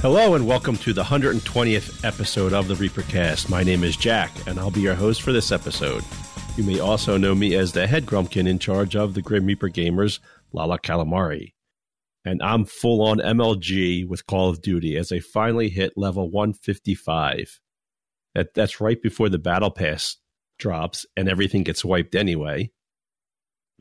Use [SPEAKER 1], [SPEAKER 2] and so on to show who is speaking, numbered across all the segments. [SPEAKER 1] Hello and welcome to the 120th episode of the Reapercast. My name is Jack and I'll be your host for this episode. You may also know me as the head grumpkin in charge of the Grim Reaper Gamers, Lala Calamari. And I'm full on MLG with Call of Duty as I finally hit level 155. That, that's right before the Battle Pass drops and everything gets wiped anyway.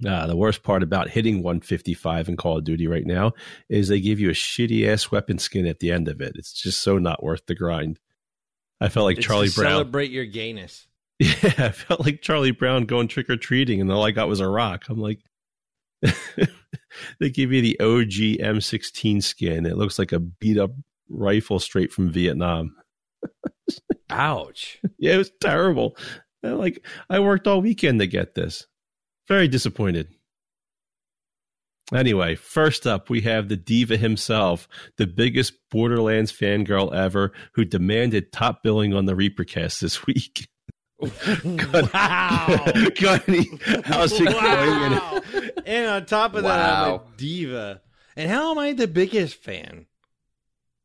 [SPEAKER 1] Uh, the worst part about hitting 155 in Call of Duty right now is they give you a shitty ass weapon skin at the end of it. It's just so not worth the grind. I felt like
[SPEAKER 2] It's
[SPEAKER 1] Charlie
[SPEAKER 2] to
[SPEAKER 1] Brown.
[SPEAKER 2] Celebrate your gayness.
[SPEAKER 1] Yeah, I felt like Charlie Brown going trick or treating, and all I got was a rock. I'm like, they give you the OG M16 skin. It looks like a beat up rifle straight from Vietnam.
[SPEAKER 2] Ouch.
[SPEAKER 1] Yeah, it was terrible. And, Like I worked all weekend to get this. Very disappointed. Anyway, first up, we have the diva himself, the biggest Borderlands fangirl ever, who demanded top billing on the Reapercast this week.
[SPEAKER 2] wow.
[SPEAKER 1] Connie, how's it going? And-
[SPEAKER 2] Oh. wow. And on top of that, I'm a
[SPEAKER 3] Wow.
[SPEAKER 2] diva. And how am I the biggest fan?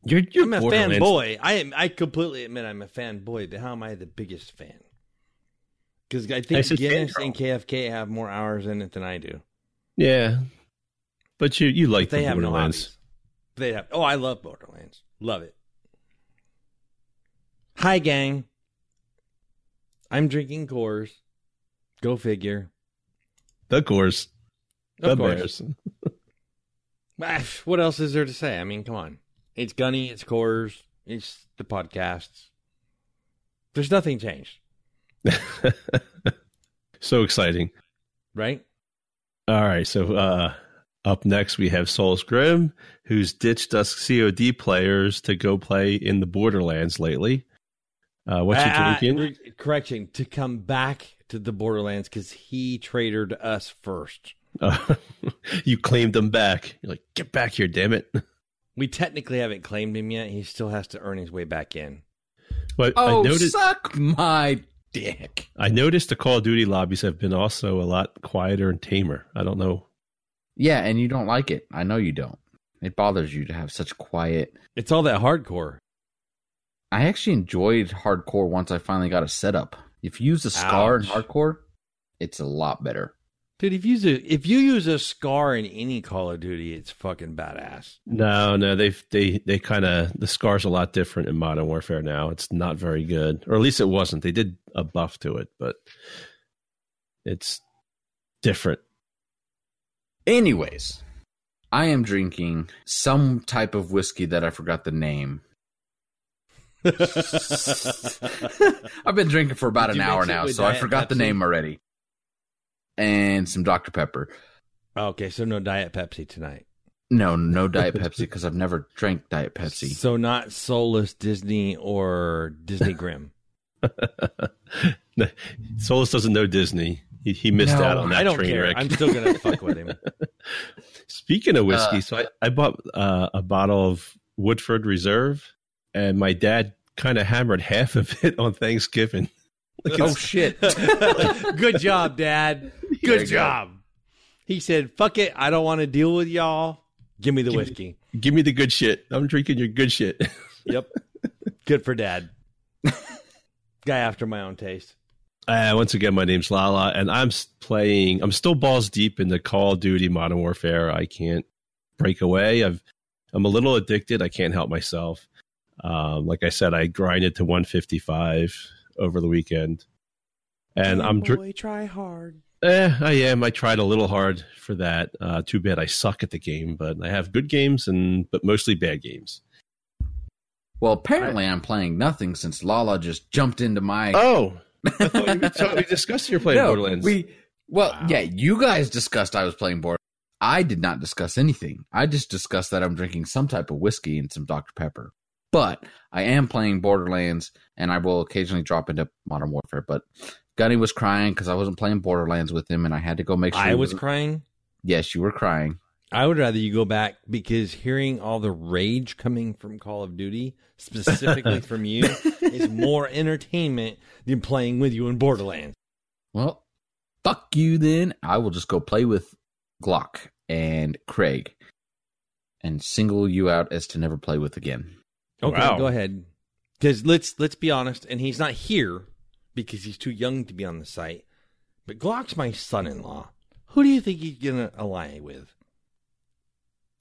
[SPEAKER 1] You're, you're
[SPEAKER 2] I'm a
[SPEAKER 1] Borderlands-
[SPEAKER 2] fanboy. I am. I completely admit I'm a fanboy, but how am I the biggest fan? Because I
[SPEAKER 1] I
[SPEAKER 2] think
[SPEAKER 1] said
[SPEAKER 2] Guinness
[SPEAKER 1] fangirl.
[SPEAKER 2] and KFK have more hours in it than I do.
[SPEAKER 1] Yeah, but you you like
[SPEAKER 2] But they
[SPEAKER 1] the
[SPEAKER 2] have no
[SPEAKER 1] Borderlands.
[SPEAKER 2] hobbies. They have. Oh, I love Borderlands. Love it. Hi, gang. I'm drinking Coors. Go figure.
[SPEAKER 1] the course,
[SPEAKER 2] Of
[SPEAKER 1] the
[SPEAKER 2] course.
[SPEAKER 1] Bears.
[SPEAKER 2] Ah, What else is there to say? I mean, come on. It's Gunny, it's Coors, it's the podcasts. There's nothing changed,
[SPEAKER 1] so exciting.
[SPEAKER 2] right?
[SPEAKER 1] All right, so uh, up next we have Souls Grim, who's ditched us COD players to go play in the Borderlands lately. Uh, what you
[SPEAKER 2] Ah,
[SPEAKER 1] drinking?
[SPEAKER 2] re- correction, to come back to the Borderlands because he tradered us first.
[SPEAKER 1] Uh, you claimed them back. You're like, get back here, damn it!
[SPEAKER 2] We technically haven't claimed him yet. He still has to earn his way back in.
[SPEAKER 1] But
[SPEAKER 3] Oh,
[SPEAKER 1] I noticed
[SPEAKER 3] suck my dick.
[SPEAKER 1] I noticed the Call of Duty lobbies have been also a lot quieter and tamer. I don't know.
[SPEAKER 3] Yeah, and you don't like it. I know you don't. It bothers you to have such quiet.
[SPEAKER 2] It's all that hardcore.
[SPEAKER 3] I actually enjoyed hardcore once I finally got a setup. If you use a scar in
[SPEAKER 2] Ouch.
[SPEAKER 3] hardcore, it's a lot better.
[SPEAKER 2] Dude, if you use a, if you use a scar in any Call of Duty, it's fucking badass.
[SPEAKER 1] No, no, they've they they kind of the scar's a lot different in Modern Warfare now. It's not very good, or at least it wasn't. They did a buff to it, but it's different.
[SPEAKER 3] Anyways, I am drinking some type of whiskey that I forgot the name. I've been drinking for about
[SPEAKER 2] Did you
[SPEAKER 3] an hour
[SPEAKER 2] mix it
[SPEAKER 3] now,
[SPEAKER 2] with
[SPEAKER 3] so I
[SPEAKER 2] Diet
[SPEAKER 3] forgot the
[SPEAKER 2] Pepsi?
[SPEAKER 3] name already. And some Dr. Pepper.
[SPEAKER 2] okay, so no Diet Pepsi tonight.
[SPEAKER 3] No, no Diet Pepsi because I've never drank Diet Pepsi.
[SPEAKER 2] So not Soulless Disney or Disney Grim.
[SPEAKER 1] Solus doesn't know Disney. He, he missed
[SPEAKER 3] No,
[SPEAKER 1] out on that
[SPEAKER 2] I don't
[SPEAKER 1] train
[SPEAKER 2] care.
[SPEAKER 1] wreck.
[SPEAKER 2] I'm still gonna fuck with him.
[SPEAKER 1] Speaking of whiskey,
[SPEAKER 3] Uh,
[SPEAKER 1] so I, I bought uh, a bottle of Woodford Reserve, and my dad kind of hammered half of it on Thanksgiving. Like
[SPEAKER 3] Oh
[SPEAKER 1] it's-
[SPEAKER 3] shit!
[SPEAKER 2] Good job, Dad.
[SPEAKER 3] There you
[SPEAKER 2] Good
[SPEAKER 3] go.
[SPEAKER 2] job. He said, "Fuck it, I don't want to deal with y'all. Give me the
[SPEAKER 1] Give me-
[SPEAKER 2] whiskey."
[SPEAKER 1] give me the good shit. I'm drinking your good shit.
[SPEAKER 2] Yep. Good for Dad. Guy after my own taste.
[SPEAKER 1] Uh, once again, my name's Lala, and I'm s- playing. I'm still balls deep in the Call of Duty Modern Warfare. I can't break away. I've, I'm a little addicted. I can't help myself. Um, like I said, I grinded to 155 over the weekend, and I'm dr-
[SPEAKER 2] Oh, boy, try hard.
[SPEAKER 1] Eh, I am. I tried a little hard for that. Uh, too bad I suck at the game, but I have good games and but mostly bad games.
[SPEAKER 3] Well, apparently I'm playing nothing since Lala just jumped into my.
[SPEAKER 1] Oh, I thought you were telling me discussing your playing
[SPEAKER 3] No,
[SPEAKER 1] Borderlands.
[SPEAKER 3] We well,
[SPEAKER 1] Wow.
[SPEAKER 3] yeah, you guys discussed I was playing board. I did not discuss anything. I just discussed that I'm drinking some type of whiskey and some Dr Pepper. But I am playing Borderlands, and I will occasionally drop into Modern Warfare. But Gunny was crying because I wasn't playing Borderlands with him, and I had to go make sure.
[SPEAKER 2] I
[SPEAKER 3] he
[SPEAKER 2] was
[SPEAKER 3] wasn't-
[SPEAKER 2] crying.
[SPEAKER 3] Yes, you were crying.
[SPEAKER 2] I would rather you go back because hearing all the rage coming from Call of Duty, specifically from you, is more entertainment than playing with you in Borderlands.
[SPEAKER 3] Well, fuck you then. I will just go play with Glock and Craig and single you out as to never play with again.
[SPEAKER 2] Okay,
[SPEAKER 1] Wow.
[SPEAKER 2] go ahead. Because let's let's be honest, and he's not here because he's too young to be on the site. But Glock's my son-in-law. Who do you think he's gonna ally with?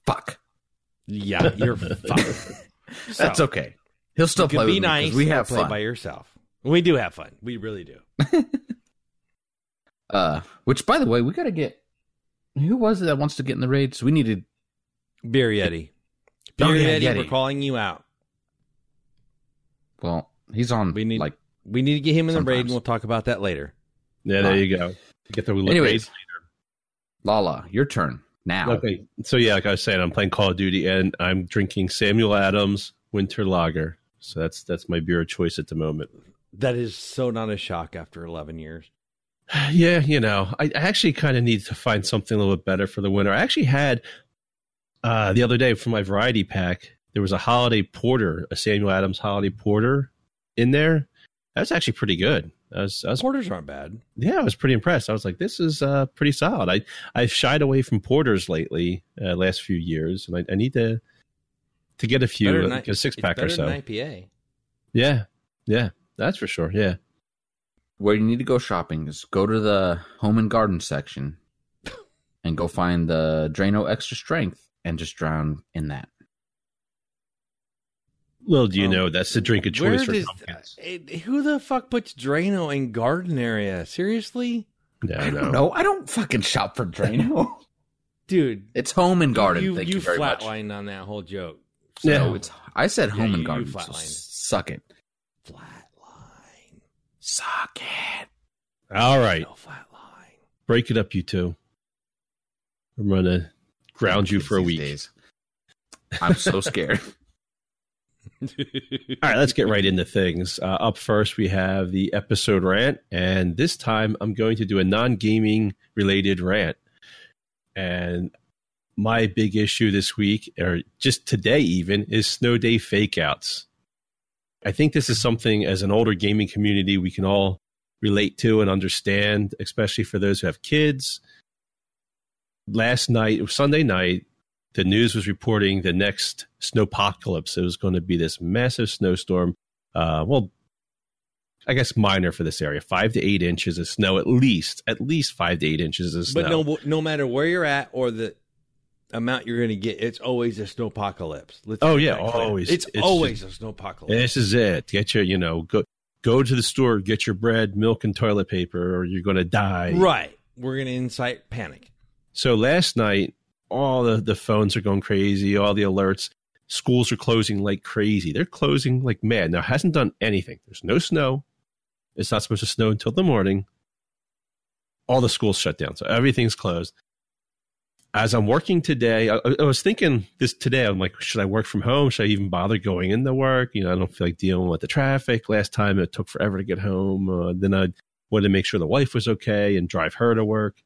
[SPEAKER 3] Fuck.
[SPEAKER 2] Yeah, you're fucked. So,
[SPEAKER 3] That's okay. He'll still
[SPEAKER 2] you can
[SPEAKER 3] play
[SPEAKER 2] be
[SPEAKER 3] with me 'cause
[SPEAKER 2] nice.
[SPEAKER 3] we
[SPEAKER 2] and
[SPEAKER 3] have
[SPEAKER 2] play
[SPEAKER 3] fun.
[SPEAKER 2] by yourself. We do have fun. We really do.
[SPEAKER 3] uh, which, by the way, we got to get. Who was it that wants to get in the raids? We need to.
[SPEAKER 2] Beer Yeti. Beer
[SPEAKER 3] Oh, yeah,
[SPEAKER 2] Yeti, we're
[SPEAKER 3] Yeti.
[SPEAKER 2] calling you out.
[SPEAKER 3] Well, he's on.
[SPEAKER 2] We need-
[SPEAKER 3] like
[SPEAKER 2] We need to get him in the raid, and
[SPEAKER 3] Sometimes.
[SPEAKER 2] we'll talk about that later.
[SPEAKER 1] Yeah, there you go. Get the
[SPEAKER 3] Anyways. Lala. Your turn now.
[SPEAKER 1] Okay, so yeah, like I was saying, I'm playing Call of Duty, and I'm drinking Samuel Adams Winter Lager. So that's that's my beer of choice at the moment.
[SPEAKER 2] That is so not a shock after 11 years.
[SPEAKER 1] Yeah, you know, I, I actually kind of need to find something a little bit better for the winter. I actually had uh, the other day for my variety pack. There was a holiday porter, a Samuel Adams holiday porter, in there. That's actually pretty good. I was, I was
[SPEAKER 2] Porters aren't bad.
[SPEAKER 1] yeah, I was pretty impressed. I was like, this is uh, pretty solid. I I've shied away from porters lately, uh, last few years, and I, I need to to get a few,
[SPEAKER 2] Better
[SPEAKER 1] uh,
[SPEAKER 2] than
[SPEAKER 1] like
[SPEAKER 2] I-
[SPEAKER 1] a six
[SPEAKER 2] it's
[SPEAKER 1] pack or
[SPEAKER 2] better
[SPEAKER 1] so.
[SPEAKER 2] than IPA.
[SPEAKER 1] Yeah, yeah, that's for sure. Yeah,
[SPEAKER 3] Where you need to go shopping is go to the home and garden section and go find the Drano Extra Strength and just drown in that.
[SPEAKER 1] little do you
[SPEAKER 2] Um,
[SPEAKER 1] know that's the drink of choice
[SPEAKER 2] Where
[SPEAKER 1] for
[SPEAKER 2] does-
[SPEAKER 1] pumpkins.
[SPEAKER 2] it- who the fuck puts Drano in garden area? Seriously,
[SPEAKER 1] Yeah,
[SPEAKER 3] I don't know. I don't fucking shop for Drano.
[SPEAKER 2] dude.
[SPEAKER 3] it's home and garden.
[SPEAKER 2] You
[SPEAKER 3] thank
[SPEAKER 2] you,
[SPEAKER 3] you, very much.
[SPEAKER 2] flatlined on that whole joke.
[SPEAKER 1] Yeah.
[SPEAKER 3] No, it's. I said
[SPEAKER 2] Yeah,
[SPEAKER 3] home
[SPEAKER 2] you-
[SPEAKER 3] and
[SPEAKER 2] you
[SPEAKER 3] garden. so
[SPEAKER 2] flatlined.
[SPEAKER 3] suck it.
[SPEAKER 2] flatline.
[SPEAKER 3] Suck it.
[SPEAKER 1] All right,
[SPEAKER 2] No flatline.
[SPEAKER 1] break it up, you two. I'm gonna ground you for a
[SPEAKER 3] These
[SPEAKER 1] week.
[SPEAKER 3] days. I'm so scared.
[SPEAKER 1] All right, let's get right into things. Uh, up first, we have the episode rant, and this time I'm going to do a non gaming related rant. And my big issue this week, or just today even, is snow day fakeouts. I think this is something as an older gaming community we can all relate to and understand, especially for those who have kids. Last night, Sunday night, the news was reporting the next snowpocalypse. It was going to be this massive snowstorm. Uh, well, I guess minor for this area, five to eight inches of snow at least, at least five to eight inches of snow.
[SPEAKER 2] But no, no matter where you're at or the amount you're going to get, it's always a snowpocalypse. Let's
[SPEAKER 1] Oh,
[SPEAKER 2] get
[SPEAKER 1] yeah,
[SPEAKER 2] that clear.
[SPEAKER 1] always.
[SPEAKER 2] It's,
[SPEAKER 1] It's
[SPEAKER 2] always a snowpocalypse.
[SPEAKER 1] This is it. Get your, you know, go go to the store, get your bread, milk, and toilet paper, or you're going to die.
[SPEAKER 2] right. We're going to incite panic.
[SPEAKER 1] So last night, all the, the phones are going crazy, all the alerts. Schools are closing like crazy. They're closing like mad. Now, it hasn't done anything. There's no snow. It's not supposed to snow until the morning. All the schools shut down. So everything's closed. As I'm working today, I, I was thinking this today. I'm like, should I work from home? Should I even bother going into work? You know, I don't feel like dealing with the traffic. Last time it took forever to get home. Uh, then I wanted to make sure the wife was okay and drive her to work.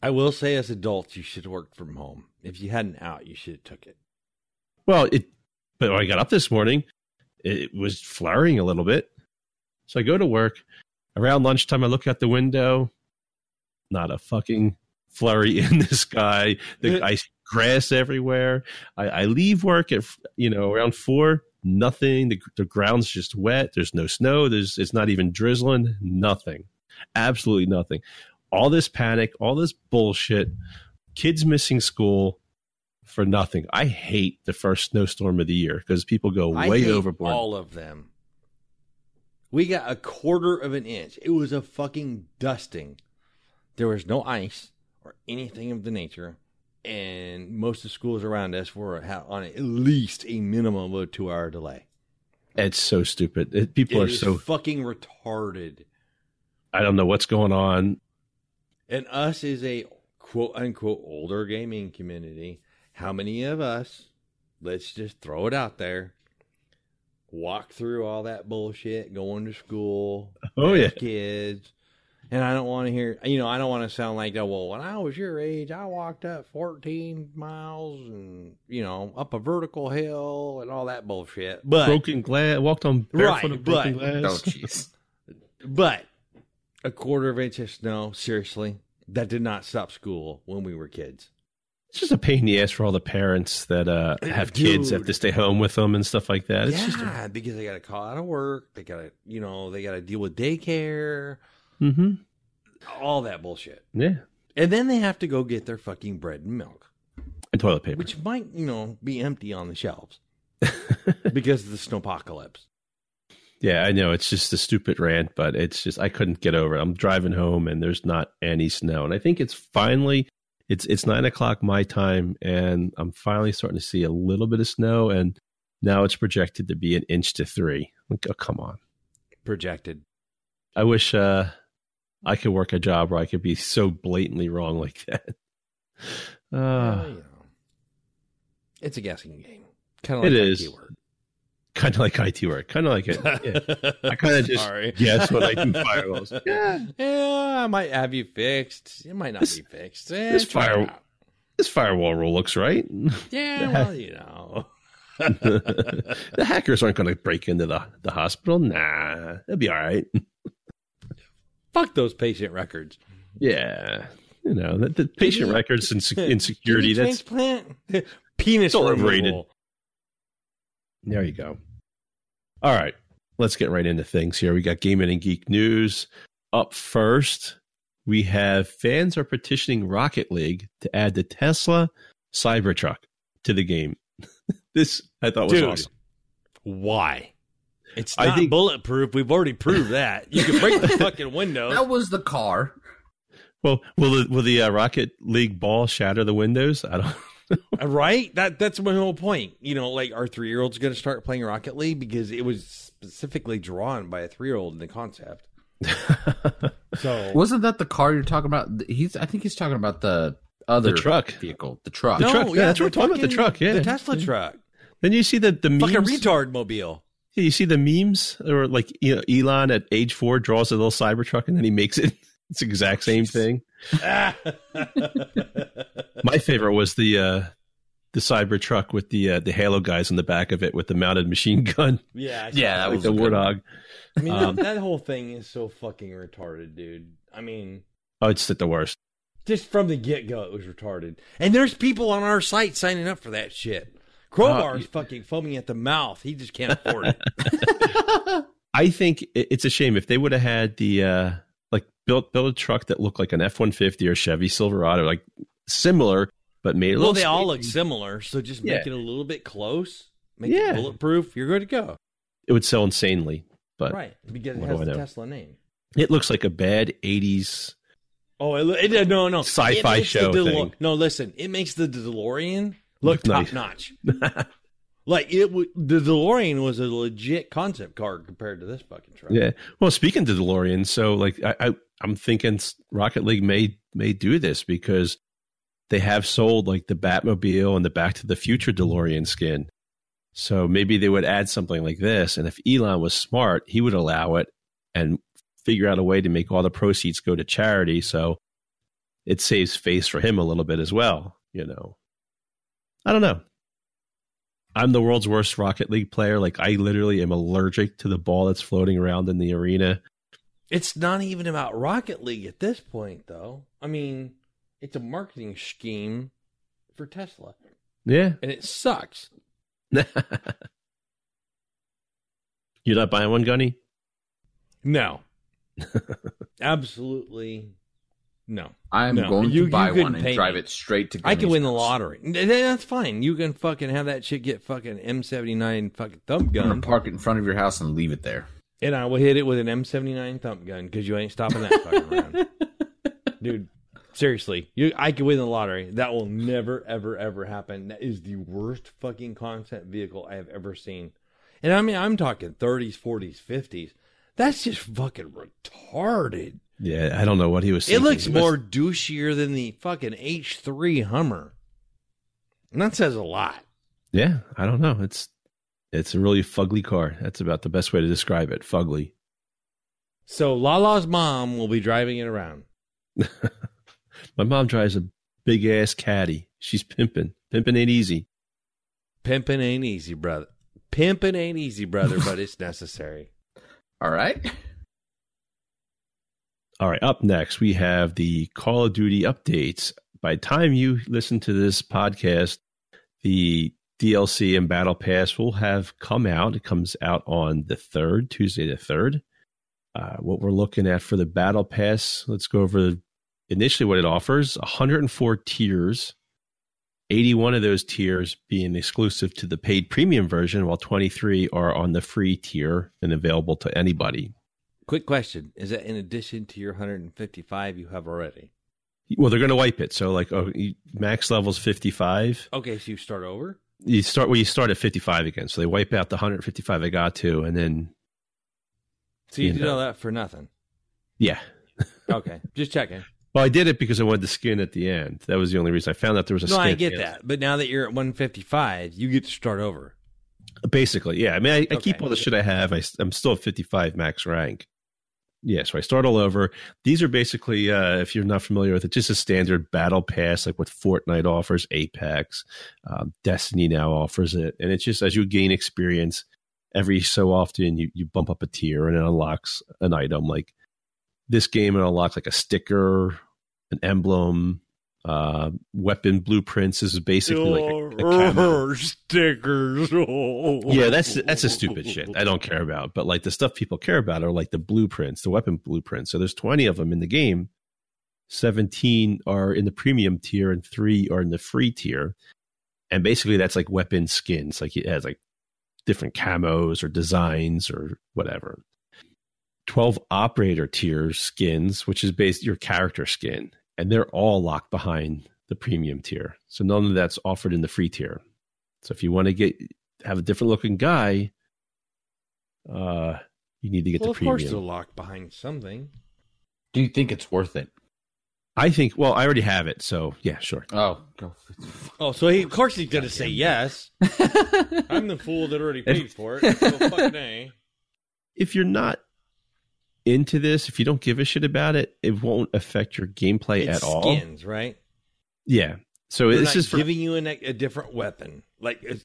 [SPEAKER 2] I will say, as adults, you should work from home. If you hadn't out, you should have took it.
[SPEAKER 1] Well, it. But when I got up this morning, it was flurrying a little bit. So I go to work. Around lunchtime, I look out the window. Not a fucking flurry in the sky. The I see grass everywhere. I, I leave work at you know around four. Nothing. The, the ground's just wet. There's no snow. There's it's not even drizzling. Nothing. Absolutely nothing. All this panic. All this bullshit. Kids missing school for nothing. I hate the first snowstorm of the year because people go
[SPEAKER 2] I
[SPEAKER 1] way
[SPEAKER 2] hate
[SPEAKER 1] overboard.
[SPEAKER 2] All of them. We got a quarter of an inch. It was a fucking dusting. There was no ice or anything of the nature, and most of the schools around us were ha- on at least a minimum of a two-hour delay.
[SPEAKER 1] it's so stupid. It, people
[SPEAKER 2] It
[SPEAKER 1] are
[SPEAKER 2] is
[SPEAKER 1] so
[SPEAKER 2] fucking retarded.
[SPEAKER 1] I don't know what's going on.
[SPEAKER 2] And us is a quote unquote older gaming community. How many of us, let's just throw it out there, walk through all that bullshit, going to school,
[SPEAKER 1] Oh yeah.
[SPEAKER 2] kids. And I don't want to hear, you know, I don't want to sound like, oh, well, when I was your age, I walked up 14 miles and, you know, up a vertical hill and all that bullshit. But,
[SPEAKER 1] broken glass. Walked on barefoot
[SPEAKER 2] Right,
[SPEAKER 1] on broken
[SPEAKER 2] but-
[SPEAKER 3] Oh,
[SPEAKER 1] glass.
[SPEAKER 3] jeez.
[SPEAKER 2] but a quarter of inch of snow, seriously, that did not stop school when we were kids.
[SPEAKER 1] It's just a pain in the ass for all the parents that uh, have kids that have
[SPEAKER 2] Dude.
[SPEAKER 1] to stay home with them and stuff like that. It's
[SPEAKER 2] yeah,
[SPEAKER 1] just.
[SPEAKER 2] because they got to call out of work. They got to, you know, they got to deal with daycare,
[SPEAKER 1] hmm
[SPEAKER 2] all that bullshit.
[SPEAKER 1] Yeah.
[SPEAKER 2] And then they have to go get their fucking bread and milk.
[SPEAKER 1] And toilet paper.
[SPEAKER 2] which might you know be empty on the shelves because of the snowpocalypse.
[SPEAKER 1] Yeah, I know it's just a stupid rant, but it's just I couldn't get over it. I'm driving home and there's not any snow, and I think it's finally it's it's nine o'clock my time, and I'm finally starting to see a little bit of snow, and now it's projected to be an inch to three. Like, oh come on!
[SPEAKER 2] Projected.
[SPEAKER 1] I wish uh, I could work a job where I could be so blatantly wrong like that.
[SPEAKER 2] Well,
[SPEAKER 1] Uh,
[SPEAKER 2] you know. It's a guessing game. Kind of
[SPEAKER 1] It
[SPEAKER 2] like
[SPEAKER 1] is. kind of like IT work, kind of like it. Yeah.
[SPEAKER 2] I
[SPEAKER 1] kinda just guess when I do firewalls.
[SPEAKER 2] Yeah. yeah, I might have you fixed. It might not
[SPEAKER 1] This-
[SPEAKER 2] be fixed. Eh,
[SPEAKER 1] this
[SPEAKER 2] try it
[SPEAKER 1] fire-
[SPEAKER 2] out.
[SPEAKER 1] This firewall rule looks right.
[SPEAKER 2] Yeah, well, you know.
[SPEAKER 1] the hackers aren't going to break into the, the hospital. Nah, they'll be all right.
[SPEAKER 2] Fuck those patient records.
[SPEAKER 1] Yeah. You know, the, the patient
[SPEAKER 2] you-
[SPEAKER 1] records and, sec- and security,
[SPEAKER 2] Kidney
[SPEAKER 1] that's,
[SPEAKER 2] transplant. Penis
[SPEAKER 1] all overrated.
[SPEAKER 2] removal.
[SPEAKER 1] there you go. All right. Let's get right into things here. We got gaming and geek news. Up first, we have fans are petitioning Rocket League to add the Tesla Cybertruck to the game. this I thought was
[SPEAKER 2] Dude,
[SPEAKER 1] awesome.
[SPEAKER 2] Why? It's
[SPEAKER 1] I
[SPEAKER 2] not
[SPEAKER 1] think-
[SPEAKER 2] bulletproof. We've already proved that. You can break the fucking windows.
[SPEAKER 3] That was the car.
[SPEAKER 1] Well, will the, will the uh, Rocket League ball shatter the windows? I don't.
[SPEAKER 2] Right? That that's my whole point. You know, like our three year old's gonna start playing Rocket League because it was specifically drawn by a three year old in the concept. So
[SPEAKER 3] Wasn't that the car you're talking about? He's. I think he's talking about the other
[SPEAKER 1] The truck.
[SPEAKER 3] vehicle. The truck.
[SPEAKER 1] truck, yeah, that's what we're talking about, the
[SPEAKER 2] fucking-
[SPEAKER 1] truck, yeah.
[SPEAKER 2] The Tesla truck.
[SPEAKER 1] Then you see the the memes.
[SPEAKER 2] Fucking retard mobile.
[SPEAKER 1] Yeah, you see the memes, or like you know, Elon at age four draws a little Cybertruck and then he makes it. It's the exact same thing.
[SPEAKER 2] Ah.
[SPEAKER 1] My favorite was the uh, the Cybertruck with the uh, the Halo guys on the back of it with the mounted machine gun,
[SPEAKER 2] yeah, I
[SPEAKER 3] Yeah, that
[SPEAKER 1] like
[SPEAKER 3] was
[SPEAKER 1] the
[SPEAKER 3] a good
[SPEAKER 1] Warthog.
[SPEAKER 2] I mean
[SPEAKER 1] Um,
[SPEAKER 2] that, that whole thing is so fucking retarded, dude. I mean
[SPEAKER 1] Oh, it's the worst.
[SPEAKER 2] just from the get go, it was retarded. And there's people on our site signing up for that shit. Crowbar's
[SPEAKER 1] Oh,
[SPEAKER 2] fucking foaming at the mouth. He just can't afford it.
[SPEAKER 1] I think it- it's a shame if they would have had the uh, like built built a truck that looked like an F one fifty or Chevy Silverado, like similar but made a
[SPEAKER 2] well,
[SPEAKER 1] little.
[SPEAKER 2] they all look
[SPEAKER 1] spacey.
[SPEAKER 2] similar, so just
[SPEAKER 1] Yeah.
[SPEAKER 2] make it a little bit close. Make
[SPEAKER 1] Yeah.
[SPEAKER 2] it bulletproof. You're good to go.
[SPEAKER 1] It would sell insanely, but
[SPEAKER 2] right, because it
[SPEAKER 1] what
[SPEAKER 2] has
[SPEAKER 1] do I
[SPEAKER 2] the
[SPEAKER 1] know?
[SPEAKER 2] Tesla name.
[SPEAKER 1] it looks like a bad eighties
[SPEAKER 2] Oh, it, it, no, no,
[SPEAKER 1] Sci-fi
[SPEAKER 2] It makes the
[SPEAKER 1] show
[SPEAKER 2] DeLo-
[SPEAKER 1] thing.
[SPEAKER 2] No, listen, it makes the DeLorean look
[SPEAKER 1] Look nice.
[SPEAKER 2] top notch. like it, w- the DeLorean was a legit concept car compared to this fucking truck.
[SPEAKER 1] Yeah. Well, speaking to DeLorean, so like I, I I'm thinking s- Rocket League may may do this because they have sold like the Batmobile and the Back to the Future DeLorean skin. So maybe they would add something like this, and if Elon was smart, he would allow it and figure out a way to make all the proceeds go to charity. So it saves face for him a little bit as well. You know, I don't know. I'm the world's worst Rocket League player. Like I literally am allergic to the ball that's floating around in the arena.
[SPEAKER 2] It's not even about Rocket League at this point, though. I mean, it's a marketing scheme for Tesla,
[SPEAKER 1] Yeah.
[SPEAKER 2] and it sucks.
[SPEAKER 1] You're not buying one, Gunny?
[SPEAKER 2] No, absolutely no.
[SPEAKER 3] I'm
[SPEAKER 2] No,
[SPEAKER 3] going
[SPEAKER 2] you-
[SPEAKER 3] to
[SPEAKER 2] you
[SPEAKER 3] buy
[SPEAKER 2] couldn't
[SPEAKER 3] one and
[SPEAKER 2] pay
[SPEAKER 3] drive
[SPEAKER 2] me.
[SPEAKER 3] it straight to.
[SPEAKER 2] I can
[SPEAKER 3] Gunny's
[SPEAKER 2] win the
[SPEAKER 3] house.
[SPEAKER 2] lottery. Th- That's fine. You can fucking have that shit get fucking M79 fucking thump
[SPEAKER 3] I'm gonna
[SPEAKER 2] gun,
[SPEAKER 3] park it in front of your house and leave it there.
[SPEAKER 2] and I will hit it with an M79 thump gun because you ain't stopping that fucking round, dude. Seriously, you, I could win the lottery. That will never, ever, ever happen. That is the worst fucking concept vehicle I have ever seen. And I mean, I'm talking 30s, 40s, 50s. That's just fucking retarded.
[SPEAKER 1] Yeah, I don't know what he was
[SPEAKER 2] It
[SPEAKER 1] thinking.
[SPEAKER 2] looks
[SPEAKER 1] He must-
[SPEAKER 2] more douchier than the fucking H3 Hummer. And that says a lot.
[SPEAKER 1] Yeah, I don't know. It's It's a really fugly car. That's about the best way to describe it. Fugly.
[SPEAKER 2] So Lala's mom will be driving it around.
[SPEAKER 1] My mom drives a big ass caddy. She's pimping. Pimping ain't easy.
[SPEAKER 2] Pimping ain't easy, brother. Pimping ain't easy, brother, but it's necessary.
[SPEAKER 3] All right.
[SPEAKER 1] All right, up next, we have the Call of Duty updates. By the time you listen to this podcast, the DLC and Battle Pass will have come out. It comes out on the 3rd, Tuesday the 3rd. Uh, what we're looking at for the Battle Pass, let's go over initially what it offers 104 tiers, 81 of those tiers being exclusive to the paid premium version, while 23 are on the free tier and available to anybody.
[SPEAKER 2] Quick question: Is that in addition to your 155 you have already?
[SPEAKER 1] Well, they're going to wipe it. So, like, oh, you, max level's 55.
[SPEAKER 2] Okay, so you start over.
[SPEAKER 1] You start well, you start at 55 again. So they wipe out the 155 I got to, and then
[SPEAKER 2] So you
[SPEAKER 1] You
[SPEAKER 2] did
[SPEAKER 1] know.
[SPEAKER 2] all that for nothing.
[SPEAKER 1] yeah.
[SPEAKER 2] Okay, just checking.
[SPEAKER 1] Well, I did it because I wanted the skin at the end. That was the only reason. I found out there was a
[SPEAKER 2] No,
[SPEAKER 1] skin.
[SPEAKER 2] I
[SPEAKER 1] at
[SPEAKER 2] get
[SPEAKER 1] the end.
[SPEAKER 2] that. But now that you're at 155, you get to start over.
[SPEAKER 1] Basically, yeah. I mean, I, I keep
[SPEAKER 2] Okay.
[SPEAKER 1] all the shit I have. I, am still at 55 max rank. Yeah, so I start all over. These are basically, uh, if you're not familiar with it, just a standard battle pass, like what Fortnite offers, Apex, um, Destiny now offers it, and it's just as you gain experience, every so often you you bump up a tier and it unlocks an item. Like this game, it unlocks like a sticker, an emblem, uh, weapon blueprints. This is basically like a, a camo
[SPEAKER 2] stickers.
[SPEAKER 1] yeah, that's that's a stupid shit. I don't care about. But like the stuff people care about are like the blueprints, the weapon blueprints. So there's 20 of them in the game. 17 are in the premium tier and 3 are in the free tier. And basically that's like weapon skins. Like it has like different camos or designs or whatever. 12 operator tier skins, which is based your character skin, and they're all locked behind the premium tier. So none of that's offered in the free tier. So if you want to get have a different looking guy, uh, you need to get
[SPEAKER 2] Well,
[SPEAKER 1] the
[SPEAKER 2] of course they're
[SPEAKER 1] premium.
[SPEAKER 2] locked behind something.
[SPEAKER 3] Do you think it's worth it?
[SPEAKER 1] I think. Well, I already have it, so yeah, sure.
[SPEAKER 3] Oh, go.
[SPEAKER 2] Oh, so he, of course he's going to say yes. I'm the fool that already paid for it. So fucking A.
[SPEAKER 1] If you're not into this, if you don't give a shit about it, it won't affect your gameplay
[SPEAKER 2] It's
[SPEAKER 1] at all.
[SPEAKER 2] skins, right?
[SPEAKER 1] Yeah. So
[SPEAKER 2] They're
[SPEAKER 1] this
[SPEAKER 2] not
[SPEAKER 1] is for
[SPEAKER 2] giving you an, a different weapon. Like, it's-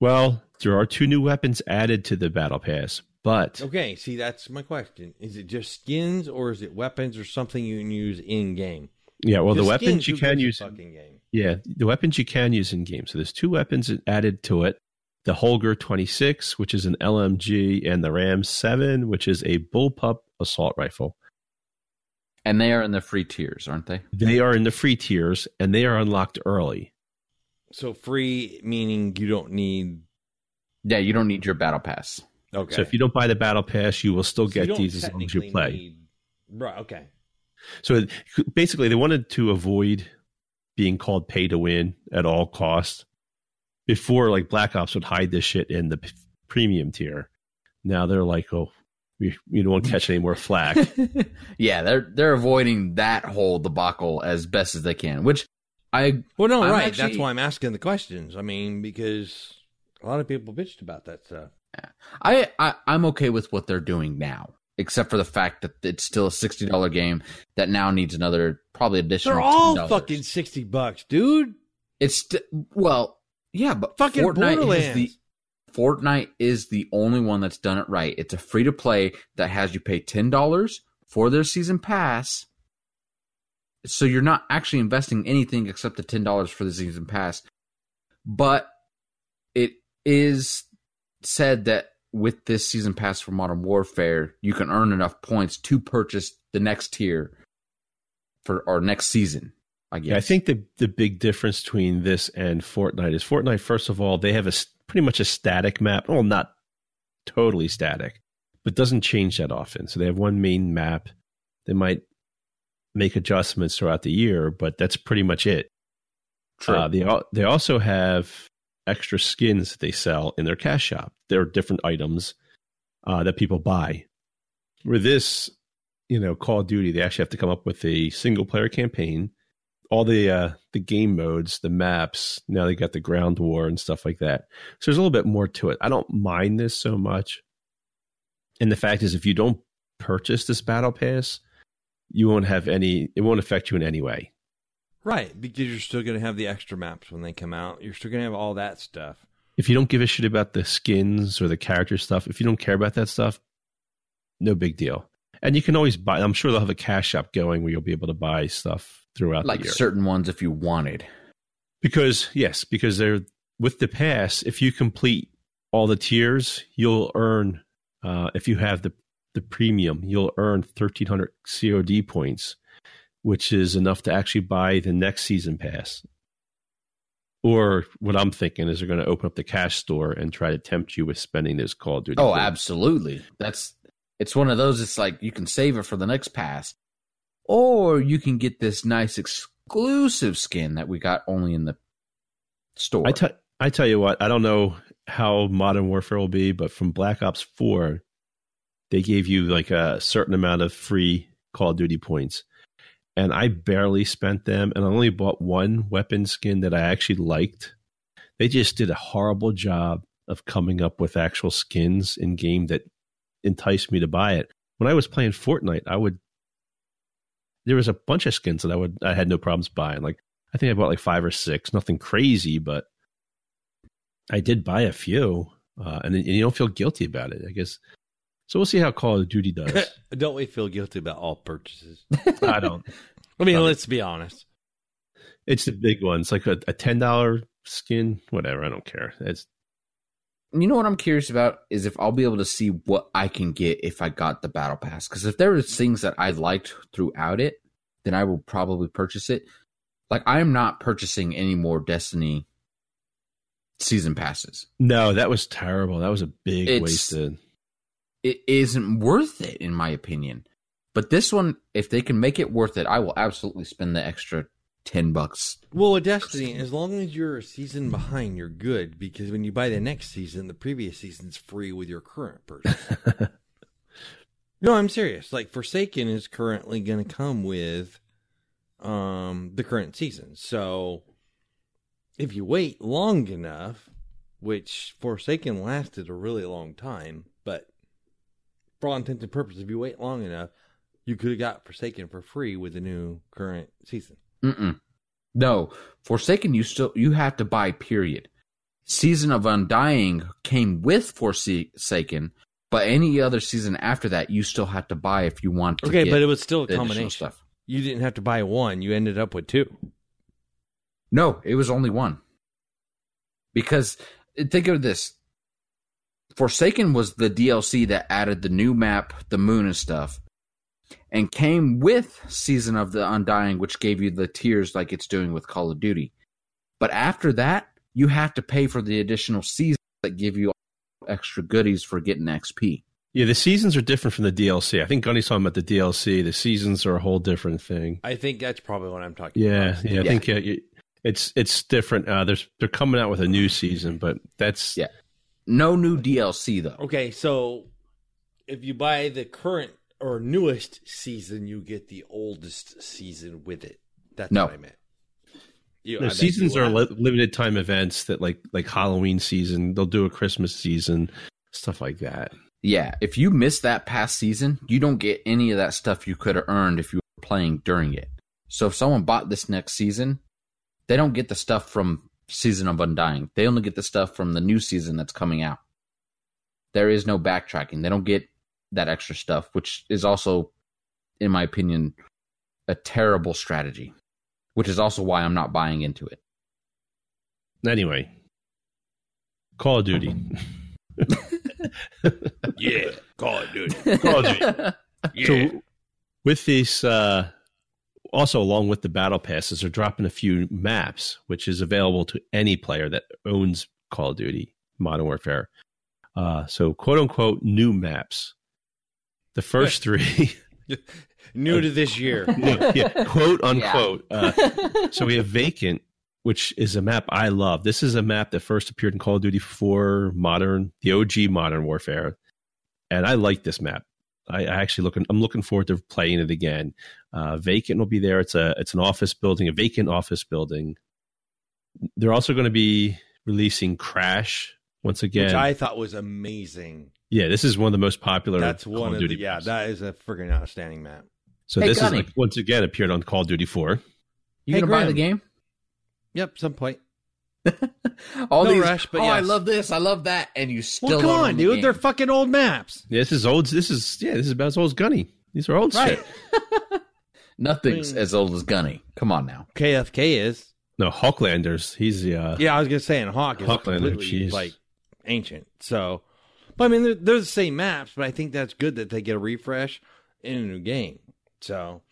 [SPEAKER 1] Well, there are two new weapons added to the battle pass, but
[SPEAKER 2] okay, see, that's my question. Is it just skins or is it weapons or something you can use in game?
[SPEAKER 1] yeah, well, the
[SPEAKER 2] Just
[SPEAKER 1] weapons
[SPEAKER 2] skins,
[SPEAKER 1] you
[SPEAKER 2] who
[SPEAKER 1] can
[SPEAKER 2] gives
[SPEAKER 1] use,
[SPEAKER 2] a Fucking game.
[SPEAKER 1] yeah, the weapons you can use in game. So there's two weapons added to it: the Holger 26, which is an LMG, and the Ram 7, which is a bullpup assault rifle.
[SPEAKER 3] And they are in the free tiers, aren't they?
[SPEAKER 1] They are in the free tiers, and they are unlocked early.
[SPEAKER 2] So free meaning you don't need.
[SPEAKER 3] Yeah, you don't need your battle pass.
[SPEAKER 2] Okay.
[SPEAKER 1] So if you don't buy the battle pass, you will still
[SPEAKER 2] So you
[SPEAKER 1] get
[SPEAKER 2] don't
[SPEAKER 1] these as long as you
[SPEAKER 2] technically
[SPEAKER 1] play.
[SPEAKER 2] need- right. Okay.
[SPEAKER 1] So basically, they wanted to avoid being called pay to win at all costs. Before, like Black Ops would hide this shit in the p- premium tier. Now they're like, oh, we, you don't want to catch any more flack.
[SPEAKER 3] yeah, they're they're avoiding that whole debacle as best as they can, which I
[SPEAKER 2] Well, no,
[SPEAKER 3] I'm
[SPEAKER 2] right.
[SPEAKER 3] actually-
[SPEAKER 2] That's why I'm asking the questions. I mean, because a lot of people bitched about that stuff.
[SPEAKER 3] I, I I'm okay with what they're doing now, except for the fact that it's still a sixty dollar game that now needs another probably additional.
[SPEAKER 2] They're all
[SPEAKER 3] $10.
[SPEAKER 2] fucking sixty bucks, dude.
[SPEAKER 3] It's st- well, yeah, but
[SPEAKER 2] Fucking
[SPEAKER 3] Fortnite is
[SPEAKER 2] Borderlands.
[SPEAKER 3] the Fortnite is the only one that's done it right. It's a free to play that has you pay ten dollars for their season pass. So you're not actually investing anything except the ten dollars for the season pass. But it is said that with this season pass for Modern Warfare, you can earn enough points to purchase the next tier for our next season. I guess.
[SPEAKER 1] Yeah, I think the the big difference between this and Fortnite is Fortnite. First of all, they have a s- pretty much a static map. Well, not totally static, but doesn't change that often. So they have one main map. They might make adjustments throughout the year, but that's pretty much it.
[SPEAKER 3] True.
[SPEAKER 1] Uh, they al- they also have extra skins that they sell in their cash shop. There are different items uh, that people buy. With this, you know, Call of Duty, they actually have to come up with a single player campaign. all the uh, the game modes, the maps. Now they got the ground war and stuff like that. So there's a little bit more to it. I don't mind this so much. And the fact is, if you don't purchase this battle pass, you won't have any. It won't affect you in any way.
[SPEAKER 2] Right, because you're still going to have the extra maps when they come out. You're still going to have all that stuff.
[SPEAKER 1] If you don't give a shit about the skins or the character stuff, if you don't care about that stuff, no big deal. And you can always buy. I'm sure they'll have a cash app going where you'll be able to buy stuff throughout
[SPEAKER 3] like
[SPEAKER 1] the year.
[SPEAKER 3] certain ones if you wanted.
[SPEAKER 1] Because yes, because they're with the pass. If you complete all the tiers, you'll earn. Uh, if you have the the premium, you'll earn thirteen hundred COD points, which is enough to actually buy the next season pass. Or what I'm thinking is they're going to open up the cash store and try to tempt you with spending those Call of Duty.
[SPEAKER 3] Oh,
[SPEAKER 1] points.
[SPEAKER 3] absolutely. That's it's one of those. It's like you can save it for the next pass, or you can get this nice exclusive skin that we got only in the store.
[SPEAKER 1] I tell I tell you what, I don't know how Modern Warfare will be, but from Black Ops Four, they gave you like a certain amount of free Call of Duty points, and I barely spent them, and I only bought one weapon skin that I actually liked. They just did a horrible job of coming up with actual skins in game that enticed me to buy it. When I was playing Fortnite, I would there was a bunch of skins that I would I had no problems buying. Like I think I bought like five or six, nothing crazy, but I did buy a few, uh, and, and you don't feel guilty about it, I guess. So we'll see how Call of Duty does.
[SPEAKER 2] don't we feel guilty about all purchases?
[SPEAKER 1] I don't.
[SPEAKER 2] I mean,
[SPEAKER 1] Right.
[SPEAKER 2] let's be honest.
[SPEAKER 1] It's the big ones, like a, a ten dollar skin, whatever. I don't care. It's
[SPEAKER 3] you know what I'm curious about is if I'll be able to see what I can get if I got the battle pass. Because if there was things that I liked throughout it, then I will probably purchase it. Like I am not purchasing any more Destiny season passes.
[SPEAKER 1] no, that was terrible. That was a big
[SPEAKER 3] It's-
[SPEAKER 1] wasted.
[SPEAKER 3] It isn't worth it, in my opinion. But this one, if they can make it worth it, I will absolutely spend the extra ten bucks.
[SPEAKER 2] Well, with Destiny, as long as you're a season behind, you're good because when you buy the next season, the previous season's free with your current purchase. no, I'm serious. Like Forsaken is currently going to come with um the current season. So if you wait long enough, which Forsaken lasted a really long time, but for all intents and purposes, if you wait long enough, you could have got Forsaken for free with the new current season.
[SPEAKER 3] Mm-mm. No, Forsaken. You still you have to buy. Period. Season of Undying came with Forsaken, but any other season after that, you still have to buy if you want. to
[SPEAKER 2] Okay,
[SPEAKER 3] get
[SPEAKER 2] but it was still a
[SPEAKER 3] the additional
[SPEAKER 2] combination. You didn't have to buy one; you ended up with two.
[SPEAKER 3] No, it was only one. Because think of this. Forsaken was the DLC that added the new map, the moon and stuff, and came with Season of the Undying, which gave you the tiers like it's doing with Call of Duty. But after that, you have to pay for the additional seasons that give you extra goodies for getting XP.
[SPEAKER 1] Yeah, the seasons are different from the DLC. I think Gunny's talking about the DLC. The seasons are a whole different thing.
[SPEAKER 2] I think that's probably what I'm talking
[SPEAKER 1] Yeah,
[SPEAKER 2] about.
[SPEAKER 1] yeah, I
[SPEAKER 3] Yeah.
[SPEAKER 1] think uh, you- it's it's different. Uh, there's they're coming out with a new season, but that's
[SPEAKER 3] Yeah. No new DLC though.
[SPEAKER 2] Okay, so if you buy the current or newest season, you get the oldest season with it. That's
[SPEAKER 3] No.
[SPEAKER 2] what I meant. You, I
[SPEAKER 1] no,
[SPEAKER 2] bet
[SPEAKER 1] seasons
[SPEAKER 2] you
[SPEAKER 1] are
[SPEAKER 2] laugh.
[SPEAKER 1] li- limited time events that like like Halloween season. They'll do a Christmas season, stuff like that.
[SPEAKER 3] Yeah, if you miss that past season, you don't get any of that stuff you could have earned if you were playing during it. So if someone bought this next season, they don't get the stuff from Season of Undying. They only get the stuff from the new season that's coming out. There is no backtracking. They don't get that extra stuff, which is also, in my opinion, a terrible strategy, which is also why I'm not buying into it.
[SPEAKER 1] Anyway, Call of Duty.
[SPEAKER 2] yeah, Call of Duty. Yeah.
[SPEAKER 1] So with these, uh, also along with the battle passes, they're dropping a few maps, which is available to any player that owns Call of Duty Modern Warfare. Uh, so quote unquote new maps. The first three,
[SPEAKER 2] New to this year.
[SPEAKER 1] no, yeah, quote unquote. Uh, so we have Vacant, which is a map I love. This is a map that first appeared in Call of Duty 4 Modern, the OG Modern Warfare. And I like this map. I, I actually looking. I'm looking forward to playing it again. Uh, vacant will be there. It's a it's an office building, a vacant office building. They're also going to be releasing Crash once again.
[SPEAKER 2] which I thought was amazing.
[SPEAKER 1] yeah, this is one of the most popular.
[SPEAKER 2] That's
[SPEAKER 1] Call
[SPEAKER 2] one of
[SPEAKER 1] Duty
[SPEAKER 2] the, yeah,
[SPEAKER 1] maps.
[SPEAKER 2] that is a freaking outstanding map.
[SPEAKER 1] so
[SPEAKER 3] Hey,
[SPEAKER 1] this
[SPEAKER 3] Johnny.
[SPEAKER 1] is like, once again appeared on Call of Duty Four.
[SPEAKER 3] You
[SPEAKER 2] Hey,
[SPEAKER 3] gonna buy the game?
[SPEAKER 2] Yep, some point.
[SPEAKER 3] All
[SPEAKER 2] No
[SPEAKER 3] these,
[SPEAKER 2] rush, but
[SPEAKER 3] oh, I
[SPEAKER 2] yes.
[SPEAKER 3] love this. I love that. And you still
[SPEAKER 2] Well, come
[SPEAKER 3] don't own
[SPEAKER 2] on,
[SPEAKER 3] the
[SPEAKER 2] dude.
[SPEAKER 3] game.
[SPEAKER 2] They're fucking old maps.
[SPEAKER 1] Yeah, this is old. This is yeah, this is about as old as Gunny. These are old shit.
[SPEAKER 3] Nothing's
[SPEAKER 2] I mean-
[SPEAKER 3] as old as Gunny. Come on now.
[SPEAKER 2] KFK is.
[SPEAKER 1] No, Hawklanders. He's the uh,
[SPEAKER 2] Yeah, I was gonna say, and Hawk is
[SPEAKER 1] Hawkland,
[SPEAKER 2] completely
[SPEAKER 1] jeez.
[SPEAKER 2] like ancient. So, but I mean, they're, they're the same maps, but I think that's good that they get a refresh in a new game. So,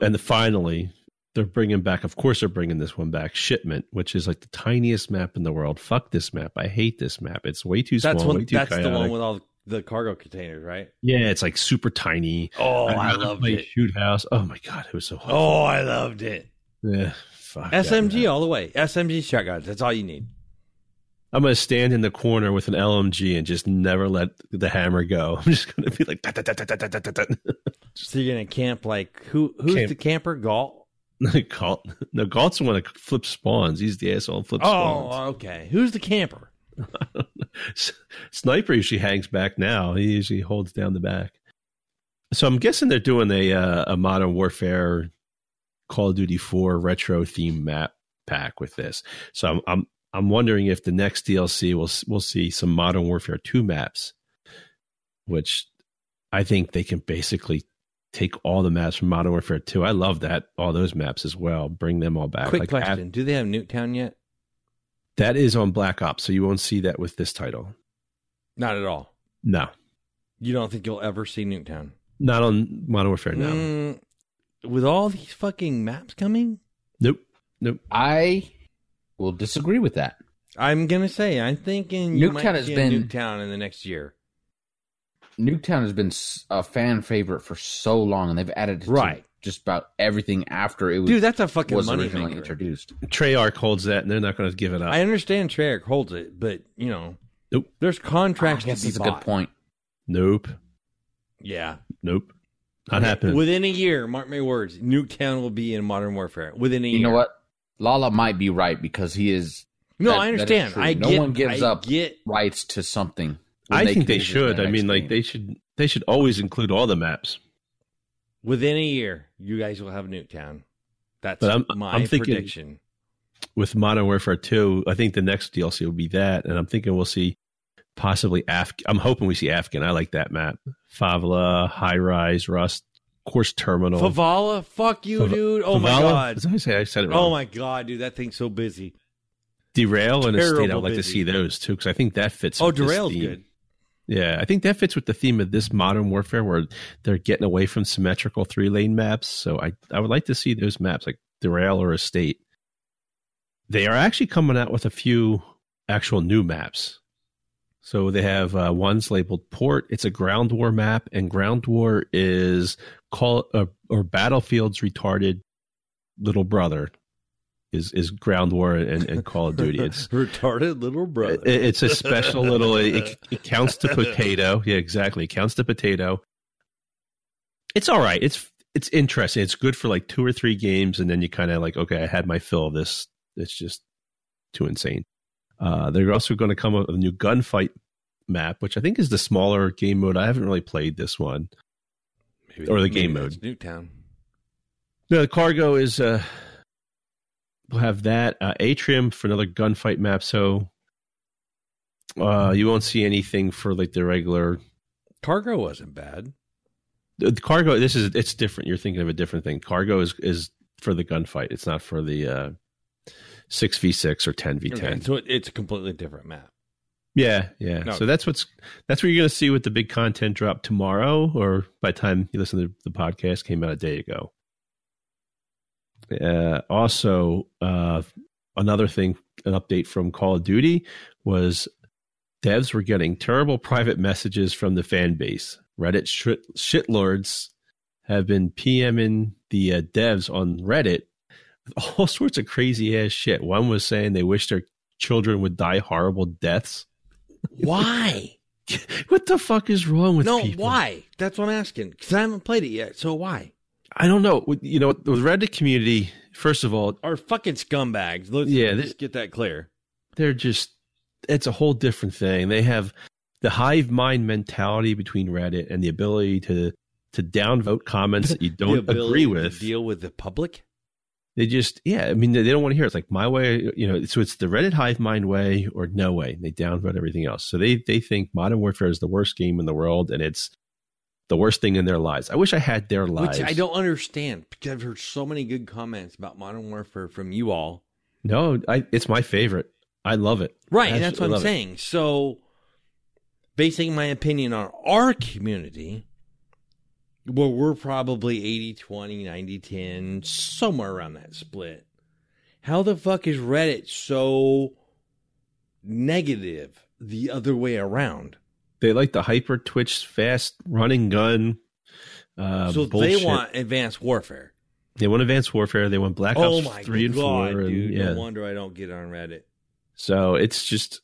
[SPEAKER 1] and finally they're bringing back. Of course, they're bringing this one back. Shipment, which is like the tiniest map in the world. Fuck this map. I hate this map. It's way too
[SPEAKER 2] that's
[SPEAKER 1] small.
[SPEAKER 2] one.
[SPEAKER 1] way too
[SPEAKER 2] That's the one
[SPEAKER 1] chaotic.
[SPEAKER 2] with all the cargo containers, right?
[SPEAKER 1] yeah, it's like super tiny.
[SPEAKER 2] Oh,
[SPEAKER 1] I'd
[SPEAKER 2] I
[SPEAKER 1] rather
[SPEAKER 2] loved
[SPEAKER 1] play
[SPEAKER 2] it.
[SPEAKER 1] Shoot house. Oh my god, it was so hard.
[SPEAKER 2] Oh, I loved it.
[SPEAKER 1] yeah, fuck that
[SPEAKER 2] SMG
[SPEAKER 1] map.
[SPEAKER 2] all the way. SMG shotguns. That's all you need.
[SPEAKER 1] I'm gonna stand in the corner with an LMG and just never let the hammer go. I'm just gonna be like, "Dut, dut, dut, dut, dut, dut, dut, dut."
[SPEAKER 2] So you're gonna camp like who? Who's
[SPEAKER 1] Camp.
[SPEAKER 2] the camper? Galt.
[SPEAKER 1] Galt. No, Galt's the one that flips spawns. He's the asshole who flips spawns.
[SPEAKER 2] Oh, okay. Who's the camper?
[SPEAKER 1] S- Sniper usually hangs back now. He usually holds down the back. So I'm guessing they're doing a uh, a Modern Warfare Call of Duty 4 retro theme map pack with this. So I'm I'm I'm wondering if the next DLC will s- we'll see some Modern Warfare 2 maps which I think they can basically take all the maps from Modern Warfare 2. I love that all those maps as well. Bring them all back.
[SPEAKER 2] Quick
[SPEAKER 1] Like,
[SPEAKER 2] question:
[SPEAKER 1] add-
[SPEAKER 2] Do they have Newtown yet?
[SPEAKER 1] that is on Black Ops, so you won't see that with this title.
[SPEAKER 2] Not at all.
[SPEAKER 1] No.
[SPEAKER 2] You don't think you'll ever see Newtown?
[SPEAKER 1] Not on Modern Warfare, no.
[SPEAKER 2] Mm, with all these fucking maps coming,
[SPEAKER 1] Nope. Nope.
[SPEAKER 3] I will disagree with that.
[SPEAKER 2] I'm gonna say I'm thinking you
[SPEAKER 3] Nuketown
[SPEAKER 2] might
[SPEAKER 3] has
[SPEAKER 2] see
[SPEAKER 3] been-
[SPEAKER 2] a Newtown in the next year.
[SPEAKER 3] Nuketown has been s- a fan favorite for so long, and they've added it to
[SPEAKER 2] Right.
[SPEAKER 3] just about everything after it was,
[SPEAKER 2] Dude, that's a fucking
[SPEAKER 3] was
[SPEAKER 2] money
[SPEAKER 3] originally
[SPEAKER 2] maker.
[SPEAKER 3] introduced.
[SPEAKER 1] Treyarch holds that, and they're not going to give it up.
[SPEAKER 2] I understand Treyarch holds it, but you know,
[SPEAKER 1] Nope.
[SPEAKER 2] there's contracts
[SPEAKER 3] I guess
[SPEAKER 2] to be
[SPEAKER 3] that's a
[SPEAKER 2] bought.
[SPEAKER 3] good point.
[SPEAKER 1] nope.
[SPEAKER 2] Yeah,
[SPEAKER 1] Nope. Not happening.
[SPEAKER 2] Within a year, mark my words, Nuketown will be in Modern Warfare. Within a year,
[SPEAKER 3] You know what? Lala might be right because he is
[SPEAKER 2] No,
[SPEAKER 3] That-
[SPEAKER 2] I
[SPEAKER 3] that is
[SPEAKER 2] understand.
[SPEAKER 3] true.
[SPEAKER 2] I
[SPEAKER 3] No
[SPEAKER 2] get,
[SPEAKER 3] one gives
[SPEAKER 2] I
[SPEAKER 3] up.
[SPEAKER 2] Get
[SPEAKER 3] rights to something. when
[SPEAKER 1] I think they
[SPEAKER 3] commit it to their
[SPEAKER 1] should. I
[SPEAKER 3] next
[SPEAKER 1] mean, like
[SPEAKER 3] game.
[SPEAKER 1] they should. They should always include all the maps.
[SPEAKER 2] within a year, you guys will have Nuketown. That's
[SPEAKER 1] But I'm-
[SPEAKER 2] my
[SPEAKER 1] I'm thinking-
[SPEAKER 2] prediction.
[SPEAKER 1] With Modern Warfare Two, I think the next DLC will be that, and I'm thinking we'll see possibly Af. I'm hoping we see Afghan. I like that map. Favla, High Rise, Rust, Course Terminal.
[SPEAKER 2] Favala, fuck you,
[SPEAKER 1] Fav-
[SPEAKER 2] dude. Oh my
[SPEAKER 1] Favala?
[SPEAKER 2] god.
[SPEAKER 1] Did I say I said it wrong.
[SPEAKER 2] Oh my god, dude. That thing's so busy.
[SPEAKER 1] Derail and Estate. I
[SPEAKER 2] Terrible
[SPEAKER 1] would like to
[SPEAKER 2] busy.
[SPEAKER 1] see those too because I think that fits.
[SPEAKER 2] Oh,
[SPEAKER 1] with this
[SPEAKER 2] Derail's
[SPEAKER 1] theme.
[SPEAKER 2] good.
[SPEAKER 1] Yeah, I think that fits with the theme of this modern warfare where they're getting away from symmetrical three lane maps. So I, I would like to see those maps like Derail or Estate. They are actually coming out with a few actual new maps. So they have uh, one's labeled Port. It's a ground war map, and ground war is call uh, or Battlefield's retarded little brother is is ground war and, and Call of Duty. Oh, It's
[SPEAKER 2] retarded little brother.
[SPEAKER 1] it- it's a special little. It, it counts to potato. Yeah, exactly. It counts to potato. It's all right. It's it's interesting. It's good for like two or three games, and then you kind of like, okay, I had my fill of this. It's just too insane. Uh, they're also going to come up with a new gunfight map, which I think is the smaller game mode. I haven't really played this one.
[SPEAKER 2] Maybe-
[SPEAKER 1] or the game
[SPEAKER 2] maybe that's Nuketown.
[SPEAKER 1] No, cargo is uh we'll have that. Uh Atrium for another gunfight map, so uh you won't see anything for like the regular
[SPEAKER 2] Cargo wasn't bad.
[SPEAKER 1] the the cargo this is it's different. You're thinking of a different thing. Cargo is is for the gunfight. It's not for the uh six V six or ten V ten.
[SPEAKER 2] Okay, so it, it's a completely different map.
[SPEAKER 1] Yeah, yeah.
[SPEAKER 2] No.
[SPEAKER 1] So that's what's that's what you're gonna see with the big content drop tomorrow, or by the time you listen to the podcast, came out a day ago. Uh, also, uh, another thing, an update from Call of Duty was devs were getting terrible private messages from the fan base. Reddit shit, shitlords have been PMing the uh, devs on Reddit with all sorts of crazy ass shit. One was saying they wish their children would die horrible deaths
[SPEAKER 2] Why?
[SPEAKER 1] what the fuck is wrong with
[SPEAKER 2] no,
[SPEAKER 1] people?
[SPEAKER 2] why? That's what I'm asking. Because I haven't played it yet. So why?
[SPEAKER 1] I don't know. With- You know, with Reddit community, first of all,
[SPEAKER 2] Are fucking scumbags. Let's
[SPEAKER 1] Yeah,
[SPEAKER 2] let's
[SPEAKER 1] this-
[SPEAKER 2] get that clear.
[SPEAKER 1] they're just it's a whole different thing. They have the hive mind mentality between Reddit and the ability to to downvote comments that you
[SPEAKER 2] The
[SPEAKER 1] don't
[SPEAKER 2] ability
[SPEAKER 1] agree
[SPEAKER 2] to
[SPEAKER 1] with.
[SPEAKER 2] deal with the public.
[SPEAKER 1] They just yeah, I mean they, they don't want to hear it. it's like my way, you know. So it's the Reddit hive mind way or no way. They downvote everything else. So they they think Modern Warfare is the worst game in the world and it's the worst thing in their lives. I wish I had their lives.
[SPEAKER 2] Which I don't understand because I've heard so many good comments about Modern Warfare from you all.
[SPEAKER 1] No, I, it's my favorite. I love it.
[SPEAKER 2] Right,
[SPEAKER 1] I
[SPEAKER 2] and that's what
[SPEAKER 1] absolutely
[SPEAKER 2] I'm
[SPEAKER 1] love it.
[SPEAKER 2] saying. So, basing my opinion on our community, where we're probably 80 20, 90 10, somewhere around that split, how the fuck is Reddit so negative the other way around?
[SPEAKER 1] They like the hyper twitch, fast running gun. Uh,
[SPEAKER 2] so,
[SPEAKER 1] bullshit.
[SPEAKER 2] they want advanced warfare.
[SPEAKER 1] They want Advanced Warfare. They want Black
[SPEAKER 2] oh
[SPEAKER 1] Ops
[SPEAKER 2] my
[SPEAKER 1] three and
[SPEAKER 2] God,
[SPEAKER 1] four. and-
[SPEAKER 2] dude.
[SPEAKER 1] yeah.
[SPEAKER 2] No wonder I don't get on Reddit.
[SPEAKER 1] So it's just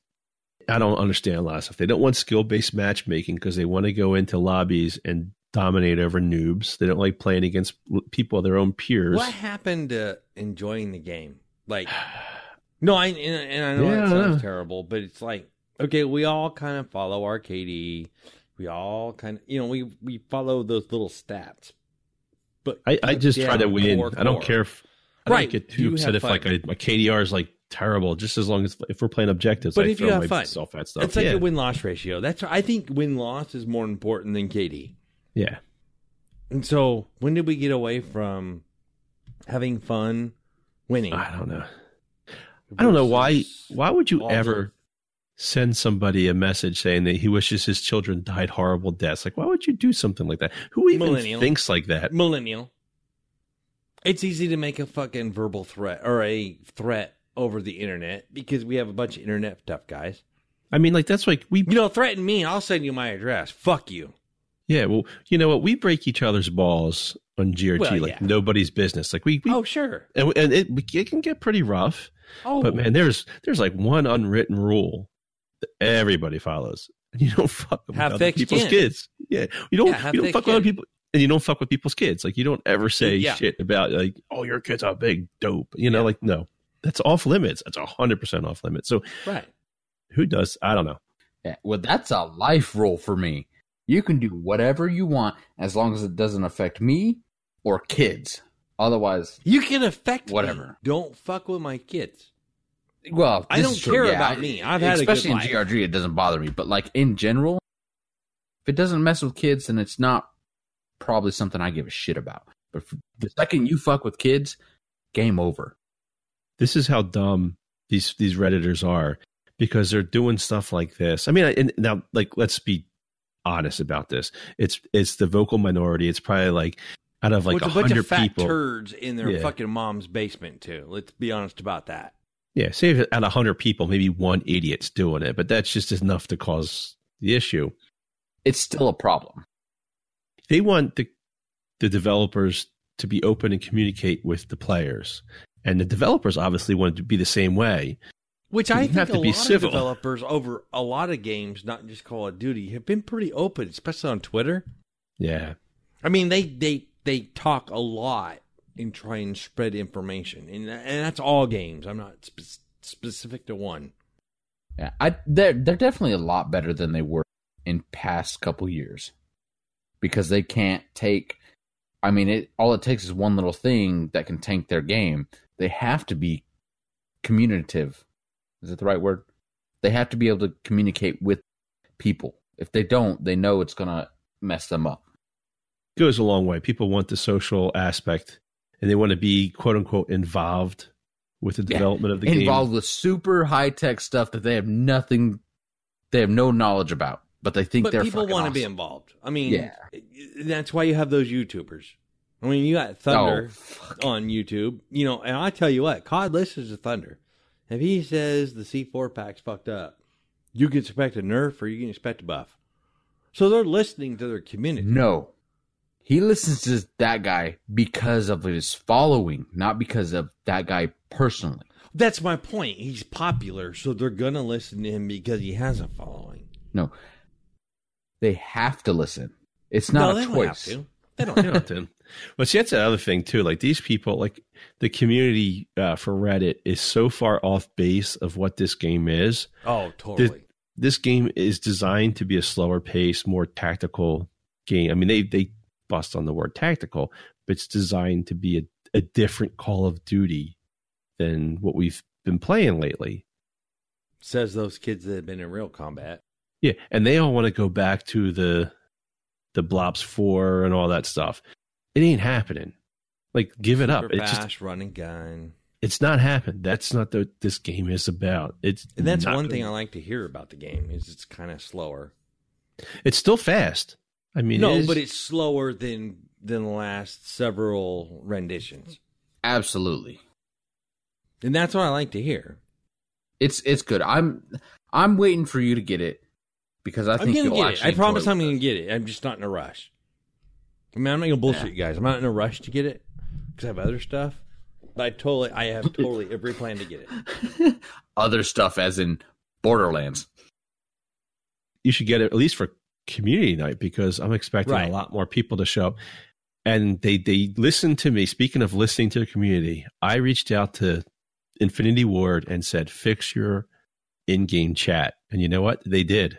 [SPEAKER 1] I don't understand a lot of stuff. They don't want skill based matchmaking because they want to go into lobbies and dominate over noobs. They don't like playing against l- people their own peers.
[SPEAKER 2] What happened to enjoying the game? Like, no, I and, and I know
[SPEAKER 1] Yeah, I
[SPEAKER 2] that sounds
[SPEAKER 1] know.
[SPEAKER 2] terrible, but it's like, okay, we all kind of follow our KD. We all kind of, you know, we we follow those little stats. But
[SPEAKER 1] I, I just try to
[SPEAKER 2] goddamn
[SPEAKER 1] win.
[SPEAKER 2] core
[SPEAKER 1] I don't
[SPEAKER 2] core.
[SPEAKER 1] care if I don't
[SPEAKER 2] Right.
[SPEAKER 1] get too
[SPEAKER 2] You
[SPEAKER 1] upset
[SPEAKER 2] have
[SPEAKER 1] if like
[SPEAKER 2] fun.
[SPEAKER 1] I, my KDR is like terrible. Just as long as if we're playing objectives,
[SPEAKER 2] But
[SPEAKER 1] I
[SPEAKER 2] if you
[SPEAKER 1] throw
[SPEAKER 2] have fun.
[SPEAKER 1] myself at stuff.
[SPEAKER 2] It's like
[SPEAKER 1] yeah.
[SPEAKER 2] a win loss ratio. That's I think win loss is more important than KD.
[SPEAKER 1] yeah.
[SPEAKER 2] And so, when did we get away from having fun, winning?
[SPEAKER 1] I don't know. I don't know why.
[SPEAKER 2] versus
[SPEAKER 1] Why would you
[SPEAKER 2] all
[SPEAKER 1] ever send somebody a message saying that he wishes his children died horrible deaths? Like, why would you do something like that? Who even
[SPEAKER 2] Millennial.
[SPEAKER 1] thinks like that?
[SPEAKER 2] millennial. It's easy to make a fucking verbal threat or a threat over the internet because we have a bunch of internet tough guys.
[SPEAKER 1] I mean, like that's like we.
[SPEAKER 2] You know, threaten me, I'll send you my address. Fuck you.
[SPEAKER 1] Yeah, well, you know what? We break each other's balls on GRT
[SPEAKER 2] Well,
[SPEAKER 1] like
[SPEAKER 2] yeah.
[SPEAKER 1] nobody's business. Like we, we
[SPEAKER 2] oh sure.
[SPEAKER 1] and, and it, it can get pretty rough.
[SPEAKER 2] Oh,
[SPEAKER 1] But man, there's there's like one unwritten rule that everybody follows. You don't fuck with
[SPEAKER 2] Have
[SPEAKER 1] other
[SPEAKER 2] thick
[SPEAKER 1] people's
[SPEAKER 2] skin.
[SPEAKER 1] kids. Yeah, you don't
[SPEAKER 2] Yeah, have
[SPEAKER 1] you don't
[SPEAKER 2] thick
[SPEAKER 1] fuck with other
[SPEAKER 2] skin.
[SPEAKER 1] people, and you don't fuck with people's kids. Like you don't ever say
[SPEAKER 2] Yeah.
[SPEAKER 1] shit about like, oh, your kids are big dope. You know, like no, that's off limits. That's hundred percent off limits. So
[SPEAKER 2] right.
[SPEAKER 1] who does? I don't know.
[SPEAKER 3] Yeah, well, that's a life rule for me. You can do whatever you want as long as it doesn't affect me or kids. Otherwise,
[SPEAKER 2] You can affect me.
[SPEAKER 3] Whatever.
[SPEAKER 2] Don't fuck with my kids.
[SPEAKER 3] well,
[SPEAKER 2] I
[SPEAKER 3] this
[SPEAKER 2] don't
[SPEAKER 3] is true,
[SPEAKER 2] care
[SPEAKER 3] yeah,
[SPEAKER 2] about
[SPEAKER 3] I-
[SPEAKER 2] me. I've had a good
[SPEAKER 3] especially
[SPEAKER 2] life.
[SPEAKER 3] in GRG, it doesn't bother me. But like in general, if it doesn't mess with kids, then it's not probably something I give a shit about. But f the second you fuck with kids, game over.
[SPEAKER 1] This is how dumb these these redditors are because they're doing stuff like this. I mean, I- and now like let's be honest about this. It's it's the vocal minority. It's probably like out of like
[SPEAKER 2] With
[SPEAKER 1] a
[SPEAKER 2] a bunch
[SPEAKER 1] hundred
[SPEAKER 2] of fat
[SPEAKER 1] people.
[SPEAKER 2] turds in their
[SPEAKER 1] Yeah.
[SPEAKER 2] fucking mom's basement too. Let's be honest about that.
[SPEAKER 1] Yeah, say if out of hundred people, maybe one idiot's doing it, but that's just enough to cause the issue.
[SPEAKER 3] It's still a problem.
[SPEAKER 1] They want the the developers to be open and communicate with the players, and the developers obviously want it to be the same way.
[SPEAKER 2] Which
[SPEAKER 1] You
[SPEAKER 2] I think
[SPEAKER 1] have to
[SPEAKER 2] a
[SPEAKER 1] be
[SPEAKER 2] lot
[SPEAKER 1] civil.
[SPEAKER 2] of developers over a lot of games, not just Call of Duty, have been pretty open, especially on Twitter.
[SPEAKER 1] Yeah,
[SPEAKER 2] I mean, they they they talk a lot and try and spread information, and and that's all games. I'm not spe- specific to one.
[SPEAKER 3] Yeah, I they're they're definitely a lot better than they were in past couple years because they can't take. I mean, it all it takes is one little thing that can tank their game. They have to be communicative. Is that the right word? They have to be able to communicate with people. If they don't, they know it's gonna mess them up.
[SPEAKER 1] goes a long way. People want the social aspect, and they want to be quote unquote involved with the
[SPEAKER 3] Yeah,
[SPEAKER 1] development of the
[SPEAKER 3] Involved
[SPEAKER 1] game.
[SPEAKER 3] with super high tech stuff that they have nothing, they have no knowledge about, but they think
[SPEAKER 2] But
[SPEAKER 3] they're
[SPEAKER 2] people
[SPEAKER 3] want to
[SPEAKER 2] be involved. I mean,
[SPEAKER 3] Yeah.
[SPEAKER 2] that's why you have those YouTubers. I mean, you got
[SPEAKER 3] Oh,
[SPEAKER 2] Thunder on YouTube, you know, and I tell you what, COD listens to Thunder. If he says the C4 pack's fucked up, you can expect a nerf or you can expect a buff. So they're listening to their community.
[SPEAKER 3] No. He listens to that guy because of his following, not because of that guy personally.
[SPEAKER 2] That's my point. He's popular, so they're gonna listen to him because he has a following.
[SPEAKER 3] No. They have to listen. It's not
[SPEAKER 2] no,
[SPEAKER 3] a
[SPEAKER 2] they Don't have
[SPEAKER 3] choice.
[SPEAKER 2] to. They don't.
[SPEAKER 1] Yeah, then. Well, see, that's another thing too. Like these people, like the community uh, for Reddit is so far off base of what this game is.
[SPEAKER 2] oh, totally.
[SPEAKER 1] This game is designed to be a slower pace, more tactical game. I mean, they they bust on the word tactical, but it's designed to be a, a different Call of Duty than what we've been playing lately.
[SPEAKER 2] Says those kids that have been in real combat.
[SPEAKER 1] Yeah, and they all want to go back to the the Blobs Four and all that stuff. It ain't happening. Like, give it up.
[SPEAKER 2] Super
[SPEAKER 1] It's just
[SPEAKER 2] fast, run and gun.
[SPEAKER 1] it's not happened. That's not what this game is about. It's
[SPEAKER 2] And that's
[SPEAKER 1] not-
[SPEAKER 2] one thing I like to hear about the game is it's kind of slower.
[SPEAKER 1] It's still fast. I mean,
[SPEAKER 2] no,
[SPEAKER 1] it is-
[SPEAKER 2] but it's slower than than the last several renditions,
[SPEAKER 3] Absolutely.
[SPEAKER 2] and that's what I like to hear.
[SPEAKER 3] It's it's good. I'm I'm waiting for you to get it because I
[SPEAKER 2] I am
[SPEAKER 3] think
[SPEAKER 2] gonna
[SPEAKER 3] you'll
[SPEAKER 2] get it.
[SPEAKER 3] actually
[SPEAKER 2] I promise
[SPEAKER 3] enjoy
[SPEAKER 2] I'm
[SPEAKER 3] it.
[SPEAKER 2] gonna get it. I'm just not in a rush. I mean, I'm not gonna bullshit you guys. I'm not in a rush to get it because I have other stuff. But I totally, I have totally every plan to get it.
[SPEAKER 3] other stuff as in Borderlands.
[SPEAKER 1] you should get it at least for community night because I'm expecting
[SPEAKER 2] Right.
[SPEAKER 1] a lot more people to show up. And they they listened to me. Speaking of listening to the community, I reached out to Infinity Ward and said, "Fix your in-game chat." And you know what? They did.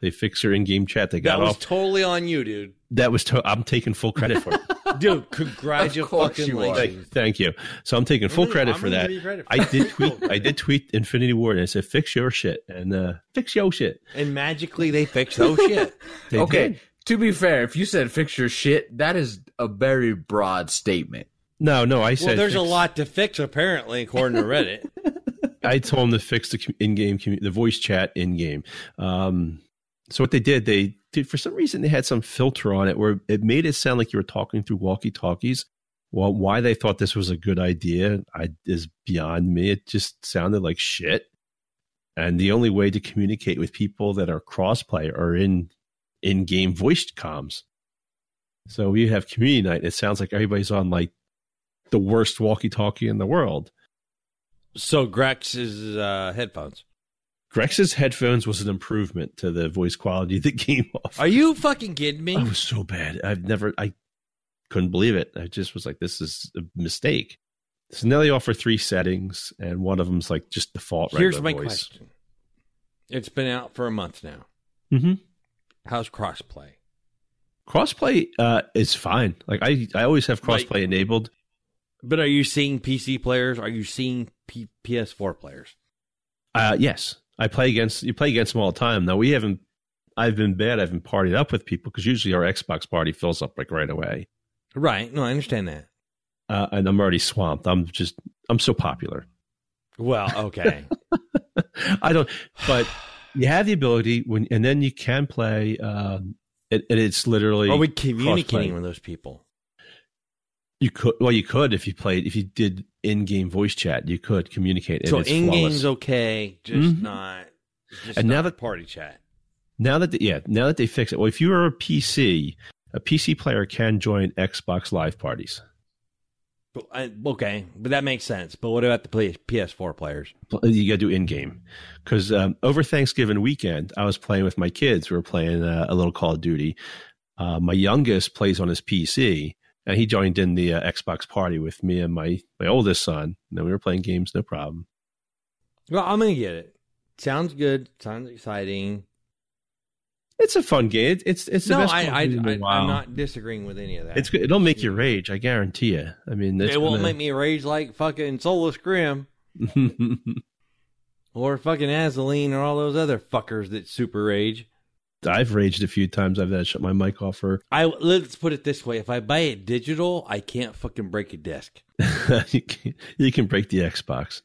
[SPEAKER 1] They fixed your in-game chat. They
[SPEAKER 2] That
[SPEAKER 1] got
[SPEAKER 2] was
[SPEAKER 1] off.
[SPEAKER 2] totally on you, dude.
[SPEAKER 1] that was. To- I'm taking full credit for it.
[SPEAKER 2] Dude,
[SPEAKER 3] Of course you are.
[SPEAKER 2] congratulations.
[SPEAKER 1] Thank, thank you. So I'm taking full
[SPEAKER 2] I'm
[SPEAKER 1] credit
[SPEAKER 2] gonna
[SPEAKER 1] for that.
[SPEAKER 2] give you credit for
[SPEAKER 1] I did
[SPEAKER 2] that.
[SPEAKER 1] tweet. I did tweet Infinity Ward and I said, "Fix your shit and uh, fix your shit."
[SPEAKER 2] And magically, they fixed those shit.
[SPEAKER 1] They
[SPEAKER 3] okay.
[SPEAKER 1] did.
[SPEAKER 3] To be fair, if you said fix your shit, that is a very broad statement.
[SPEAKER 1] No, no. I said,
[SPEAKER 2] Well, there's a
[SPEAKER 1] fix-
[SPEAKER 2] lot to fix, apparently, according to Reddit.
[SPEAKER 1] I told them to fix the com- in-game, commu- the voice chat in-game. Um, so what they did, they did for some reason they had some filter on it where it made it sound like you were talking through walkie-talkies. Well, why they thought this was a good idea I, is beyond me. It just sounded like shit. And the only way to communicate with people that are crossplay are in in-game voice comms. So we have community night. It sounds like everybody's on like the worst walkie-talkie in the world.
[SPEAKER 2] So Grex's uh, headphones.
[SPEAKER 1] Grex's headphones was an improvement to the voice quality that came off.
[SPEAKER 2] Are you fucking kidding me?
[SPEAKER 1] I was so bad. I've never, I couldn't believe it. I just was like, this is a mistake. So now they offer three settings, and one of them's like just default.
[SPEAKER 2] Here's my
[SPEAKER 1] regular voice.
[SPEAKER 2] question. It's been out for a month now.
[SPEAKER 1] Mhm.
[SPEAKER 2] How's crossplay?
[SPEAKER 1] Crossplay uh, is fine. Like I, I always have
[SPEAKER 2] Like-
[SPEAKER 1] crossplay enabled.
[SPEAKER 2] But are you seeing PC players? Are you seeing P- PS4 players?
[SPEAKER 1] Uh, yes, I play against you. Play against them all the time. Now we haven't. I've been bad. I've been partied up with people because usually our Xbox party fills up like right away,
[SPEAKER 2] Right. No, I understand that.
[SPEAKER 1] uh, and I'm already swamped. I'm just. I'm so popular.
[SPEAKER 2] Well, okay.
[SPEAKER 1] I don't, but you have the ability when, and then you can play. Um, it, and it's literally
[SPEAKER 2] are we communicating
[SPEAKER 1] Crossplay.
[SPEAKER 2] with those people?
[SPEAKER 1] you could. Well, you could if you played if you did in-game voice chat, you could communicate. and
[SPEAKER 2] so
[SPEAKER 1] it's
[SPEAKER 2] in
[SPEAKER 1] flawless.
[SPEAKER 2] game's okay, just
[SPEAKER 1] Mhm.
[SPEAKER 2] not. Just
[SPEAKER 1] And now
[SPEAKER 2] not
[SPEAKER 1] that-
[SPEAKER 2] party chat.
[SPEAKER 1] now that they, yeah, now that they fix it. Well, if you are a PC, a PC player can join Xbox Live parties.
[SPEAKER 2] But I- okay, but that makes sense. But what about the play- PS4 players?
[SPEAKER 1] You got to do in game because um, over Thanksgiving weekend, I was playing with my kids. We were playing uh, a little Call of Duty. Uh, my youngest plays on his PC, and he joined in the uh, Xbox party with me and my my oldest son. And then we were playing games, no problem.
[SPEAKER 2] Well, I'm gonna get it. Sounds good. Sounds exciting.
[SPEAKER 1] It's a fun game. It, it's it's the
[SPEAKER 2] no,
[SPEAKER 1] best
[SPEAKER 2] I,
[SPEAKER 1] Call of
[SPEAKER 2] I, I,
[SPEAKER 1] Duty in a
[SPEAKER 2] I'm
[SPEAKER 1] while.
[SPEAKER 2] not disagreeing with any of that.
[SPEAKER 1] It's good. It'll make you rage. I guarantee you. I mean,
[SPEAKER 2] It
[SPEAKER 1] it's
[SPEAKER 2] won't
[SPEAKER 1] gonna-
[SPEAKER 2] make me rage like fucking Solar Scrim or fucking Azaline or all those other fuckers that super rage.
[SPEAKER 1] I've raged a few times. I've had to shut my mic off for.
[SPEAKER 2] I let's put it this way: if I buy it digital, I can't fucking break a disc.
[SPEAKER 1] you, can, you can break the Xbox.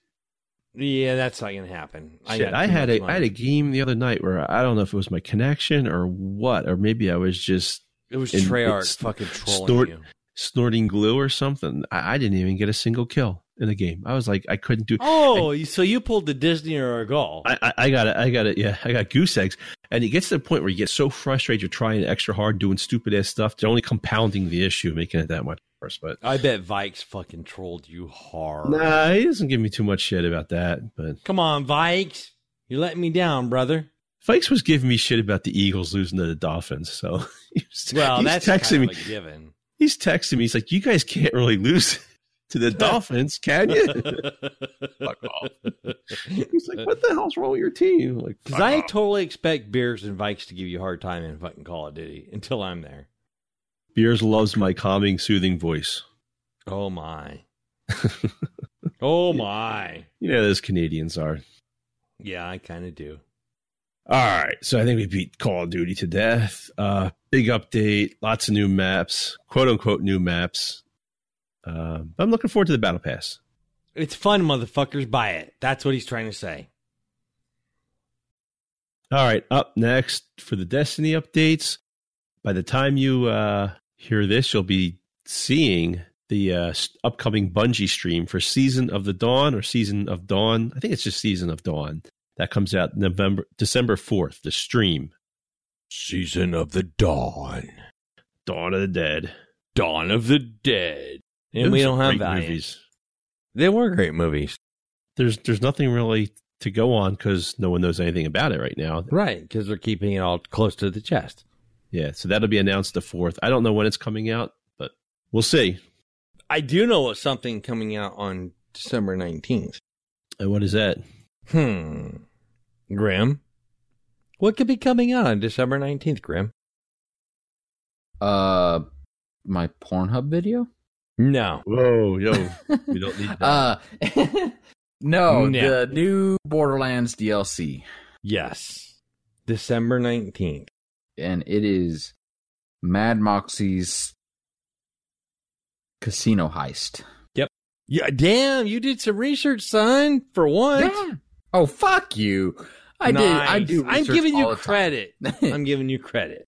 [SPEAKER 2] Yeah, that's not gonna happen.
[SPEAKER 1] Shit,
[SPEAKER 2] got
[SPEAKER 1] I
[SPEAKER 2] too
[SPEAKER 1] had
[SPEAKER 2] much
[SPEAKER 1] a I had a
[SPEAKER 2] money.
[SPEAKER 1] game the other night where I don't know if it was my connection or what, or maybe I was just
[SPEAKER 2] it was
[SPEAKER 1] and
[SPEAKER 2] Treyarch
[SPEAKER 1] it's
[SPEAKER 2] fucking trolling
[SPEAKER 1] snort-
[SPEAKER 2] you.
[SPEAKER 1] snorting glue or something. I, I didn't even get a single kill in the game. I was like, I couldn't do.
[SPEAKER 2] Oh, you- so you pulled the Disney or a goal?
[SPEAKER 1] I, I, I got it. I got it. Yeah, I got goose eggs, and it gets to the point where you get so frustrated. You're trying extra hard, doing stupid ass stuff. They're only compounding the issue, making it that much worse. But
[SPEAKER 2] I bet Vikes fucking trolled you hard.
[SPEAKER 1] nah, he doesn't give me too much shit about that. But
[SPEAKER 2] Come on, Vikes. You're letting me down, brother.
[SPEAKER 1] Fikes was giving me shit about the Eagles losing to the Dolphins. So he was-
[SPEAKER 2] Well,
[SPEAKER 1] he's
[SPEAKER 2] that's
[SPEAKER 1] texting
[SPEAKER 2] kind
[SPEAKER 1] me.
[SPEAKER 2] of a given.
[SPEAKER 1] he's texting me. He's like, "You guys can't really lose to the Dolphins, can you?" Fuck off. He's like, "What the hell's wrong with your team?" I'm Like,
[SPEAKER 2] Because I totally expect Bears and Vikes to give you a hard time in fucking Call of Duty until I'm there.
[SPEAKER 1] Beers loves my calming, soothing voice.
[SPEAKER 2] Oh my. oh my.
[SPEAKER 1] You know those Canadians are.
[SPEAKER 2] Yeah, I kind of do.
[SPEAKER 1] All right, so I think we beat Call of Duty to death. Uh, big update, lots of new maps, quote unquote new maps. Uh, I'm looking forward to the battle pass.
[SPEAKER 2] It's fun, motherfuckers. Buy it. That's what he's trying to say.
[SPEAKER 1] All right, up next for the Destiny updates. By the time you uh, hear this, you'll be seeing the uh, s- upcoming Bungie stream for Season of the Dawn or Season of Dawn. I think it's just Season of Dawn that comes out November December fourth. The stream
[SPEAKER 2] Season of the Dawn.
[SPEAKER 1] Dawn of the Dead.
[SPEAKER 2] Dawn of the Dead. And we
[SPEAKER 1] Those
[SPEAKER 2] don't
[SPEAKER 1] are
[SPEAKER 2] have
[SPEAKER 1] great
[SPEAKER 2] Valiant. They were great movies.
[SPEAKER 1] There's there's nothing really to go on because no one knows anything about it right now.
[SPEAKER 2] Right, because they're keeping it all close to the chest.
[SPEAKER 1] Yeah, so that'll be announced the fourth. I don't know when it's coming out, but we'll see.
[SPEAKER 2] I do know of something coming out on December 19th.
[SPEAKER 1] And what is that?
[SPEAKER 2] Hmm. Grim? What could be coming out on December 19th, Grim?
[SPEAKER 3] Uh, my Pornhub video.
[SPEAKER 2] No.
[SPEAKER 1] Whoa, yo, we don't need that.
[SPEAKER 3] Uh, no,
[SPEAKER 2] No.
[SPEAKER 3] the new Borderlands DLC,
[SPEAKER 2] Yes. December 19th.
[SPEAKER 3] and it is Mad Moxie's casino heist.
[SPEAKER 2] Yeah, damn, you did some research, son, for once.
[SPEAKER 3] Yeah. Oh fuck you! I did. I
[SPEAKER 2] Nice.
[SPEAKER 3] do.
[SPEAKER 2] I'm
[SPEAKER 3] research
[SPEAKER 2] giving
[SPEAKER 3] all
[SPEAKER 2] you
[SPEAKER 3] the time.
[SPEAKER 2] credit. I'm giving you credit.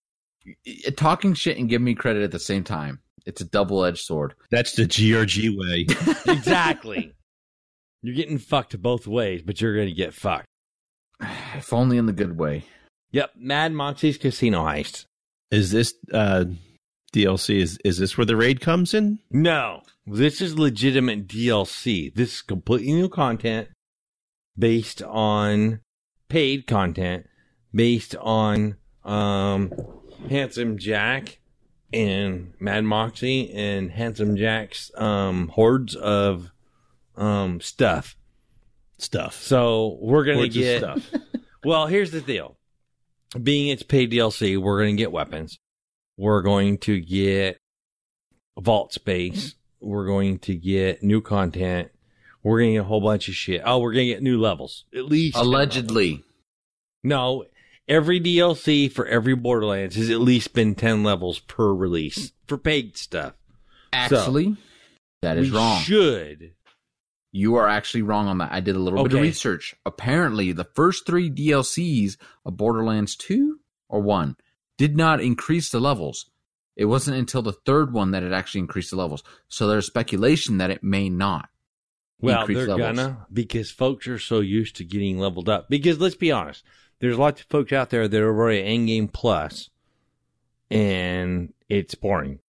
[SPEAKER 3] Talking shit and giving me credit at the same time. It's a double edged sword.
[SPEAKER 1] That's the GRG way.
[SPEAKER 2] Exactly. you're getting fucked both ways, but you're going to get fucked.
[SPEAKER 3] if only in the good way.
[SPEAKER 2] Yep, Mad Moxie's Casino Heist.
[SPEAKER 1] Is this uh, DLC? Is is this where the raid comes in?
[SPEAKER 2] No, this is legitimate DLC. This is completely new content based on paid content based on um Handsome Jack and Mad Moxie and Handsome Jack's um hordes of um stuff.
[SPEAKER 1] Stuff.
[SPEAKER 2] So we're gonna
[SPEAKER 1] Hordes of
[SPEAKER 2] get
[SPEAKER 1] stuff.
[SPEAKER 2] well, here's the deal. Being it's paid DLC, we're going to get weapons. We're going to get vault space. We're going to get new content. We're going to get a whole bunch of shit. Oh, we're going to get new levels. At least 10 levels.
[SPEAKER 3] Allegedly.
[SPEAKER 2] No, every DLC for every Borderlands has at least been 10 levels per release for paid stuff.
[SPEAKER 3] Actually, that is
[SPEAKER 2] We
[SPEAKER 3] wrong.
[SPEAKER 2] Should.
[SPEAKER 3] You are actually wrong on that. I did a little bit of
[SPEAKER 2] Okay.
[SPEAKER 3] research. Apparently, the first three DLCs of Borderlands 2 or 1 did not increase the levels. It wasn't until the third one that it actually increased the levels. So there's speculation that it may not.
[SPEAKER 2] Well,
[SPEAKER 3] increase
[SPEAKER 2] they're
[SPEAKER 3] levels.
[SPEAKER 2] gonna because folks are so used to getting leveled up. Because let's be honest, there's lots of folks out there that are already end game plus, and it's boring.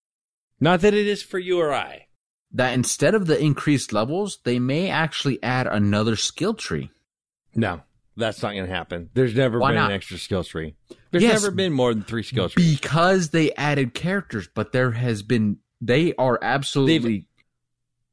[SPEAKER 2] Not that it is for you or I.
[SPEAKER 3] That instead of the increased levels, they may actually add another skill tree.
[SPEAKER 2] No, that's not gonna happen. There's never
[SPEAKER 3] Why
[SPEAKER 2] been
[SPEAKER 3] not?
[SPEAKER 2] an extra skill tree. There's
[SPEAKER 3] Yes.
[SPEAKER 2] never been more than three skill trees.
[SPEAKER 3] Because they added characters, but there has been, they are absolutely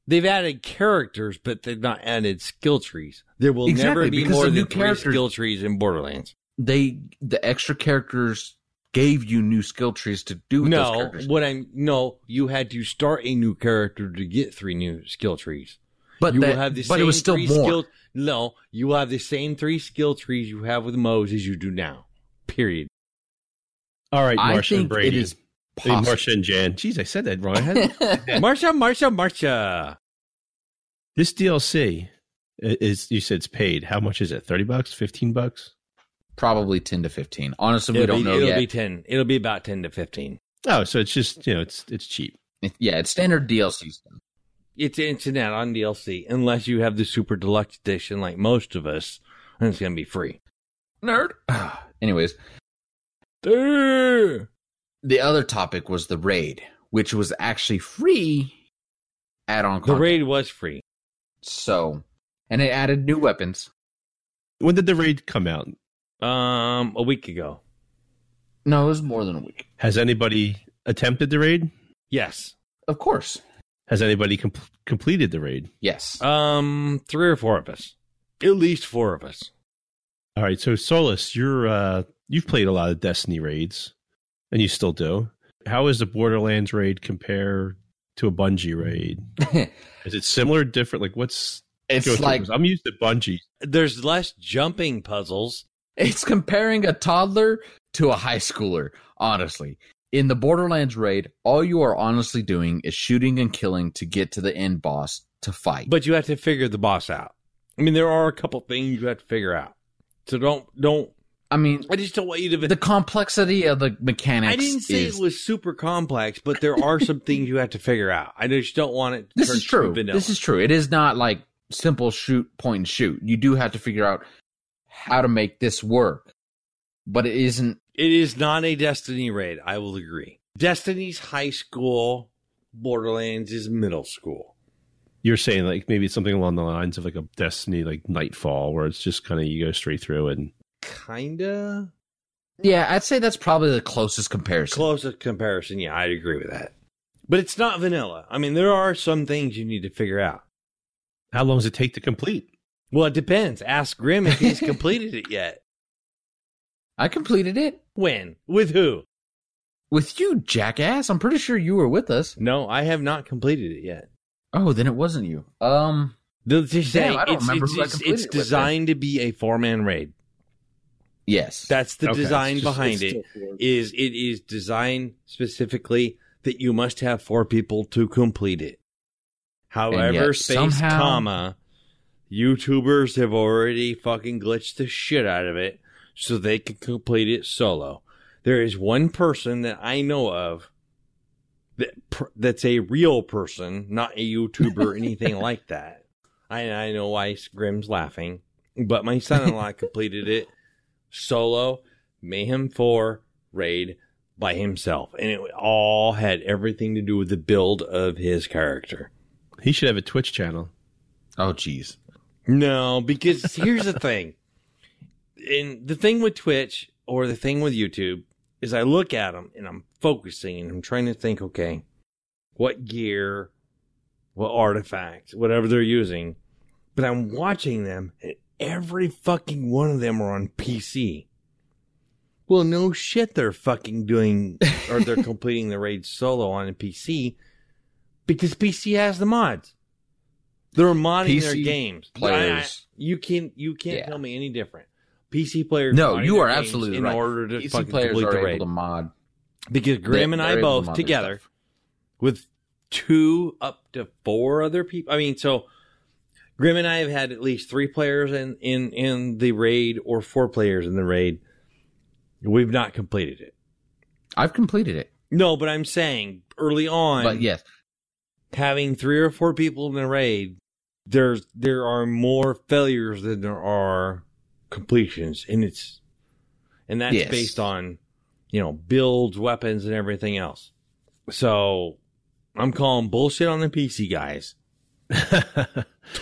[SPEAKER 2] They've added characters, but they've not added skill trees. There will
[SPEAKER 3] Exactly,
[SPEAKER 2] never be
[SPEAKER 3] because
[SPEAKER 2] more
[SPEAKER 3] the new
[SPEAKER 2] than three
[SPEAKER 3] characters-
[SPEAKER 2] skill trees in Borderlands.
[SPEAKER 3] they the extra characters gave you new skill trees to do with those
[SPEAKER 2] No,
[SPEAKER 3] characters.
[SPEAKER 2] what I'm no, you had to start a new character to get three new skill trees.
[SPEAKER 3] but
[SPEAKER 2] you
[SPEAKER 3] that-
[SPEAKER 2] will have the
[SPEAKER 3] but
[SPEAKER 2] same
[SPEAKER 3] it was still
[SPEAKER 2] three
[SPEAKER 3] more.
[SPEAKER 2] skill. No, you will have the same three skill trees you have with Moe's as you do now. Period.
[SPEAKER 1] All right,
[SPEAKER 3] I
[SPEAKER 1] Marsha and
[SPEAKER 3] think it
[SPEAKER 1] Brady.
[SPEAKER 3] is
[SPEAKER 1] Hey,
[SPEAKER 3] possible.
[SPEAKER 1] Marsha and Jan. Jeez, I said that wrong. I had-
[SPEAKER 2] Marsha, Marsha, Marsha.
[SPEAKER 1] this DLC i- is you said it's paid. How much is it? Thirty bucks? Fifteen bucks?
[SPEAKER 3] Probably ten to fifteen. Honestly, we
[SPEAKER 2] it'll
[SPEAKER 3] don't
[SPEAKER 2] be,
[SPEAKER 3] know
[SPEAKER 2] it'll
[SPEAKER 3] yet.
[SPEAKER 2] be ten. It'll be about ten to fifteen.
[SPEAKER 1] Oh, so it's just you know it's it's cheap.
[SPEAKER 3] It- yeah, it's standard DLC. stuff.
[SPEAKER 2] It's it's an add-on DLC unless you have the super deluxe edition like most of us, and it's gonna be free.
[SPEAKER 3] Nerd. Anyways,
[SPEAKER 2] Durr.
[SPEAKER 3] the other topic was the raid, which was actually free add-on.
[SPEAKER 2] The
[SPEAKER 3] Content.
[SPEAKER 2] raid was free.
[SPEAKER 3] So, and it added new weapons.
[SPEAKER 1] When did the raid come out?
[SPEAKER 2] Um, a week ago.
[SPEAKER 3] No, it was more than a week.
[SPEAKER 1] Has anybody attempted the raid?
[SPEAKER 2] Yes.
[SPEAKER 3] Of course.
[SPEAKER 1] Has anybody com- completed the raid?
[SPEAKER 3] Yes.
[SPEAKER 2] Um, three or four of us. At least four of us.
[SPEAKER 1] All right, so Solus, you're uh you've played a lot of Destiny raids, and you still do. How is the Borderlands raid compare to a Bungie raid? Is it similar, different? Like, what's go
[SPEAKER 3] it's
[SPEAKER 1] through
[SPEAKER 3] like
[SPEAKER 1] this? I'm used to Bungie.
[SPEAKER 2] There's less jumping puzzles.
[SPEAKER 3] It's comparing a toddler to a high schooler, honestly. In the Borderlands raid, all you are honestly doing is shooting and killing to get to the end boss to fight.
[SPEAKER 2] But you have to figure the boss out. I mean, there are a couple things you have to figure out. So don't don't.
[SPEAKER 3] I mean,
[SPEAKER 2] I just don't want you to.
[SPEAKER 3] the complexity of the mechanics.
[SPEAKER 2] I didn't say
[SPEAKER 3] is-
[SPEAKER 2] it was super complex, but there are some things you have to figure out. I just don't want it. To
[SPEAKER 3] This
[SPEAKER 2] turn
[SPEAKER 3] is true.
[SPEAKER 2] to vanilla.
[SPEAKER 3] This is true. It is not like simple shoot, point and shoot. You do have to figure out how to make this work, but it isn't.
[SPEAKER 2] It is not a Destiny raid. I will agree. Destiny's high school. Borderlands is middle school.
[SPEAKER 1] You're saying like maybe it's something along the lines of like a Destiny like Nightfall, where it's just kind of you go straight through and
[SPEAKER 2] Kinda
[SPEAKER 3] Yeah, I'd say that's probably the closest comparison.
[SPEAKER 2] closest comparison. Yeah, I'd agree with that. But it's not vanilla. I mean, there are some things you need to figure out.
[SPEAKER 1] how long does it take to complete?
[SPEAKER 2] Well, it depends. Ask Grim if he's completed it yet.
[SPEAKER 3] I completed it
[SPEAKER 2] When? With who?
[SPEAKER 3] with you, jackass. I'm pretty sure you were with us.
[SPEAKER 2] No, I have not completed it yet.
[SPEAKER 3] Oh, then it wasn't you. Um,
[SPEAKER 2] They'll just
[SPEAKER 3] Damn,
[SPEAKER 2] say
[SPEAKER 3] I don't
[SPEAKER 2] it's,
[SPEAKER 3] remember
[SPEAKER 2] it's,
[SPEAKER 3] who I
[SPEAKER 2] it's-
[SPEAKER 3] completed
[SPEAKER 2] it's
[SPEAKER 3] it with then.
[SPEAKER 2] designed to be a four man raid.
[SPEAKER 3] yes.
[SPEAKER 2] That's the
[SPEAKER 1] Okay,
[SPEAKER 2] design
[SPEAKER 1] it's just-
[SPEAKER 2] behind
[SPEAKER 1] it's
[SPEAKER 2] it.
[SPEAKER 1] still four.
[SPEAKER 2] Is it is designed specifically that you must have four people to complete it. However,
[SPEAKER 3] yet
[SPEAKER 2] space
[SPEAKER 3] somehow-
[SPEAKER 2] comma, YouTubers have already fucking glitched the shit out of it so they can complete it solo. There is one person that I know of that pr- that's a real person, not a YouTuber or anything like that. I I know why Grim's laughing, but my son-in-law completed it solo, Mayhem Four raid by himself, and it all had everything to do with the build of his character.
[SPEAKER 1] He should have a Twitch channel.
[SPEAKER 3] oh, jeez.
[SPEAKER 2] No, because here's the thing. And the thing with Twitch or the thing with YouTube is I look at them and I'm focusing and I'm trying to think, okay, what gear, what artifacts, whatever they're using. But I'm watching them and every fucking one of them are on PC. Well, no shit, they're fucking doing or they're completing the raid solo on a PC because PC has the mods. They're modding their
[SPEAKER 3] PC
[SPEAKER 2] games. I- I-
[SPEAKER 3] players.
[SPEAKER 2] you can you can't
[SPEAKER 3] Yeah.
[SPEAKER 2] tell me any different. PC players.
[SPEAKER 3] No,
[SPEAKER 2] modding
[SPEAKER 3] you
[SPEAKER 2] their
[SPEAKER 3] are
[SPEAKER 2] games
[SPEAKER 3] absolutely
[SPEAKER 2] in
[SPEAKER 3] right.
[SPEAKER 2] order to
[SPEAKER 3] PC
[SPEAKER 2] fucking
[SPEAKER 3] players
[SPEAKER 2] complete
[SPEAKER 3] are
[SPEAKER 2] the
[SPEAKER 3] able
[SPEAKER 2] raid
[SPEAKER 3] to mod.
[SPEAKER 2] because Grim and
[SPEAKER 3] They're
[SPEAKER 2] I
[SPEAKER 3] able to
[SPEAKER 2] both
[SPEAKER 3] mod their
[SPEAKER 2] together
[SPEAKER 3] stuff.
[SPEAKER 2] with two up to four other people. I mean, so Grim and I have had at least three players in in in the raid or four players in the raid. We've not completed it.
[SPEAKER 3] I've completed it,
[SPEAKER 2] No, but I'm saying early on,
[SPEAKER 3] but yes,
[SPEAKER 2] having three or four people in the raid, there's there are more failures than there are completions, and it's and that's
[SPEAKER 3] Yes.
[SPEAKER 2] based on you know builds, weapons, and everything else. So I'm calling bullshit on the PC guys.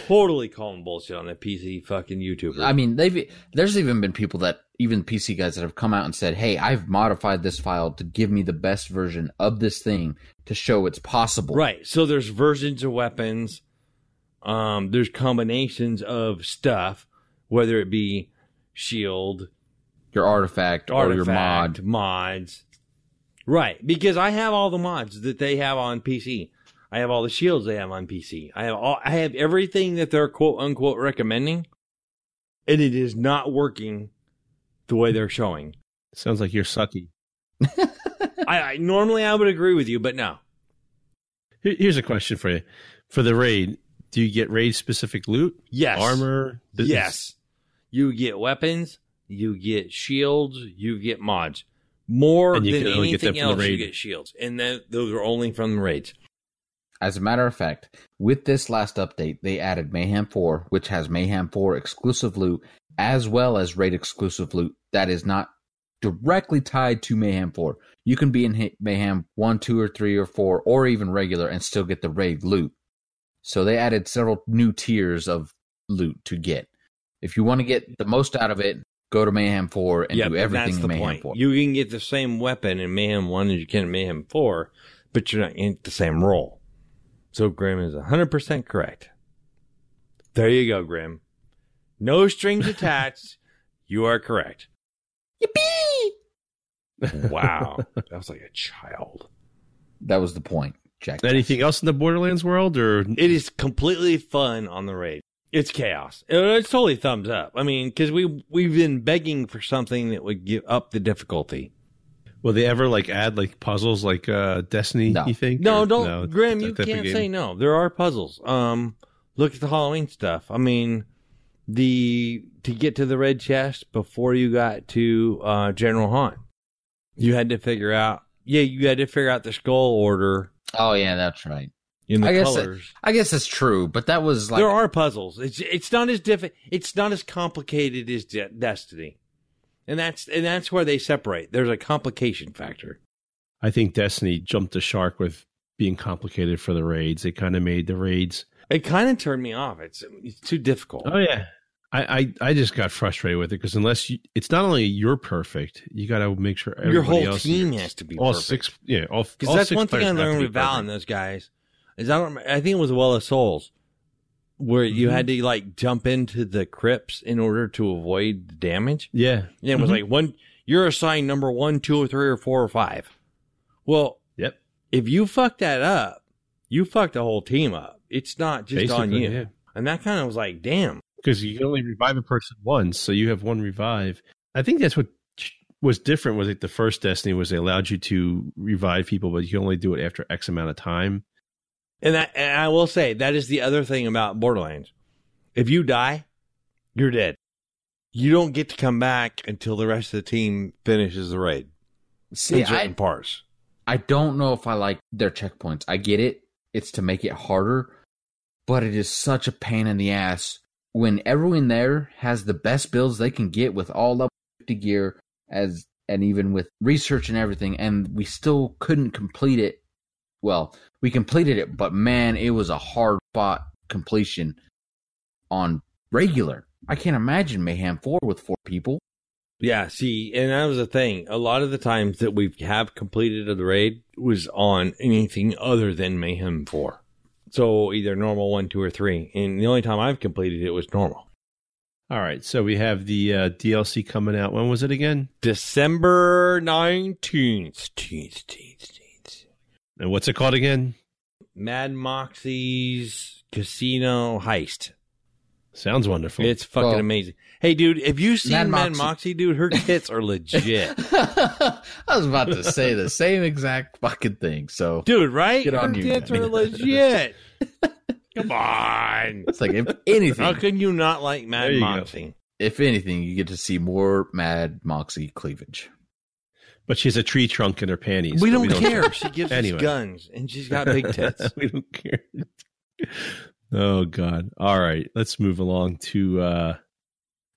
[SPEAKER 2] Totally calling bullshit on the PC fucking YouTuber.
[SPEAKER 3] I mean they've. There's even been people that even PC guys that have come out and said, "Hey, I've modified this file to give me the best version of this thing to show it's possible."
[SPEAKER 2] Right. So there's versions of weapons. Um, there's combinations of stuff, whether it be shield,
[SPEAKER 3] Your artifact, or your mod.
[SPEAKER 2] mods. Right, because I have all the mods that they have on PC. I have all the shields they have on PC. I have all I have everything that they're quote unquote recommending, and it is not working the way they're showing.
[SPEAKER 1] Sounds like you're sucky.
[SPEAKER 2] I, I normally I would agree with you, but no.
[SPEAKER 1] Here- Here's a question for you: For the raid, do you get raid specific loot,
[SPEAKER 2] Yes.
[SPEAKER 1] armor? Is-
[SPEAKER 2] Yes. You get weapons, you get shields, you get mods. More
[SPEAKER 1] And you
[SPEAKER 2] than
[SPEAKER 1] can only get
[SPEAKER 2] anything
[SPEAKER 1] them from the
[SPEAKER 2] else, you
[SPEAKER 1] raid.
[SPEAKER 2] get shields. And then those are only from the raids.
[SPEAKER 3] As a matter of fact, with this last update, they added Mayhem 4, which has Mayhem 4 exclusive loot as well as raid exclusive loot that is not directly tied to Mayhem 4. You can be in Hay- Mayhem 1, 2, or 3, or 4, or even regular and still get the raid loot. So they added several new tiers of loot to get. If you want to get the most out of it, go to Mayhem 4 and
[SPEAKER 2] yeah,
[SPEAKER 3] do
[SPEAKER 2] but
[SPEAKER 3] everything
[SPEAKER 2] that's
[SPEAKER 3] in
[SPEAKER 2] the
[SPEAKER 3] Mayhem
[SPEAKER 2] point.
[SPEAKER 3] 4.
[SPEAKER 2] You can get the same weapon in Mayhem 1 as you can in Mayhem 4, but you're not going to get the same role. So Grim is 100% correct. There you go, Grim. No strings attached. you are correct. Yippee! Wow. that was like a child.
[SPEAKER 3] that was the point, Jack.
[SPEAKER 1] Anything else in the Borderlands world, or
[SPEAKER 2] It is completely fun on the raid. It's chaos. It- It's totally thumbs up. I mean, because we we've been begging for something that would give up the difficulty.
[SPEAKER 1] will they ever like add like puzzles like uh Destiny?
[SPEAKER 3] No.
[SPEAKER 1] You think?
[SPEAKER 2] No,
[SPEAKER 1] Or-
[SPEAKER 2] don't,
[SPEAKER 1] no,
[SPEAKER 2] Grim.
[SPEAKER 1] that
[SPEAKER 2] You
[SPEAKER 1] type of
[SPEAKER 2] can't
[SPEAKER 1] game?
[SPEAKER 2] say no. There are puzzles. Um, look at the Halloween stuff. I mean, the to get to the red chest before you got to uh, General Haunt, you had to figure out. Yeah, you had to figure out the skull order
[SPEAKER 3] Oh yeah, that's right.
[SPEAKER 2] in the
[SPEAKER 3] I guess that-
[SPEAKER 2] colors.
[SPEAKER 3] I guess that's true, but that was like
[SPEAKER 2] there are puzzles. It's it's not as diff. It's not as complicated as De- Destiny, and that's and that's where they separate. There's a complication factor.
[SPEAKER 1] I think Destiny jumped the shark with being complicated for the raids. It kind of made the raids.
[SPEAKER 2] It kind of turned me off. It's it's too difficult.
[SPEAKER 1] Oh yeah. I, I, I just got frustrated with it because unless you, it's not only you're perfect, you got to make sure
[SPEAKER 2] Your
[SPEAKER 1] everybody
[SPEAKER 2] whole
[SPEAKER 1] else-
[SPEAKER 2] team has to be
[SPEAKER 1] all
[SPEAKER 2] perfect.
[SPEAKER 1] six yeah all
[SPEAKER 2] Because
[SPEAKER 1] all
[SPEAKER 2] that's
[SPEAKER 1] six
[SPEAKER 2] one thing
[SPEAKER 1] players
[SPEAKER 2] I
[SPEAKER 1] have to
[SPEAKER 2] learned
[SPEAKER 1] be
[SPEAKER 2] with Val
[SPEAKER 1] perfect.
[SPEAKER 2] and those guys is I don't. rem- I think it was Well of Souls, where you
[SPEAKER 1] Mhm.
[SPEAKER 2] had to like jump into the crypts in order to avoid the damage.
[SPEAKER 1] Yeah,
[SPEAKER 2] And it was
[SPEAKER 1] Mhm.
[SPEAKER 2] like one. You're assigned number one, two, or three, or four, or five. Well,
[SPEAKER 1] Yep.
[SPEAKER 2] if you fuck that up, you fuck the whole team up. It's not just on you. And that kind of was like, damn.
[SPEAKER 1] Because you can only revive a person once, so you have one revive. I think that's what ch- was different was like the first Destiny was they allowed you to revive people, but you can only do it after X amount of time.
[SPEAKER 2] And that, and I will say that is the other thing about Borderlands. If you die, you're dead. You don't get to come back until the rest of the team finishes the raid
[SPEAKER 3] see,
[SPEAKER 2] in certain
[SPEAKER 3] I,
[SPEAKER 2] parts.
[SPEAKER 3] I don't know if I like their checkpoints. I get it. It's to make it harder, but it is such a pain in the ass when everyone there has the best builds they can get with all level 50 gear as and even with research and everything and we still couldn't complete it. Well, we completed it, but man, it was a hard fought completion on regular. I can't imagine Mayhem 4 with four people.
[SPEAKER 2] Yeah, see, and that was the thing. A lot of the times that we have completed of the raid was on anything other than Mayhem 4. So either normal 1, 2, or 3. And the only time I've completed it was normal.
[SPEAKER 1] All right, so we have the uh, DLC coming out. When was it again?
[SPEAKER 2] December 19th. Teens, teens, teens.
[SPEAKER 1] And what's it called again?
[SPEAKER 2] Mad Moxie's Casino Heist.
[SPEAKER 1] Sounds wonderful.
[SPEAKER 2] It's fucking
[SPEAKER 3] Well-
[SPEAKER 2] amazing. Hey, dude, if you seen Mad,
[SPEAKER 3] Mad
[SPEAKER 2] Moxie.
[SPEAKER 3] Moxie-
[SPEAKER 2] dude, her tits are legit,
[SPEAKER 3] I was about to say the same exact fucking thing. So
[SPEAKER 2] dude. Right?
[SPEAKER 3] Good on
[SPEAKER 2] her
[SPEAKER 3] you,
[SPEAKER 2] tits
[SPEAKER 3] man.
[SPEAKER 2] are legit. Come on.
[SPEAKER 3] it's like if anything,
[SPEAKER 2] How can you not like
[SPEAKER 1] There
[SPEAKER 2] Mad
[SPEAKER 1] you go.
[SPEAKER 2] Moxie?
[SPEAKER 3] if anything, you get to see more Mad Moxie cleavage.
[SPEAKER 1] but she has a tree trunk in her panties.
[SPEAKER 2] We
[SPEAKER 1] but
[SPEAKER 2] don't, care. She gives
[SPEAKER 1] Anyway.
[SPEAKER 2] us guns, and she's got big tits.
[SPEAKER 1] we don't care. Oh God! All right, let's move along to. uh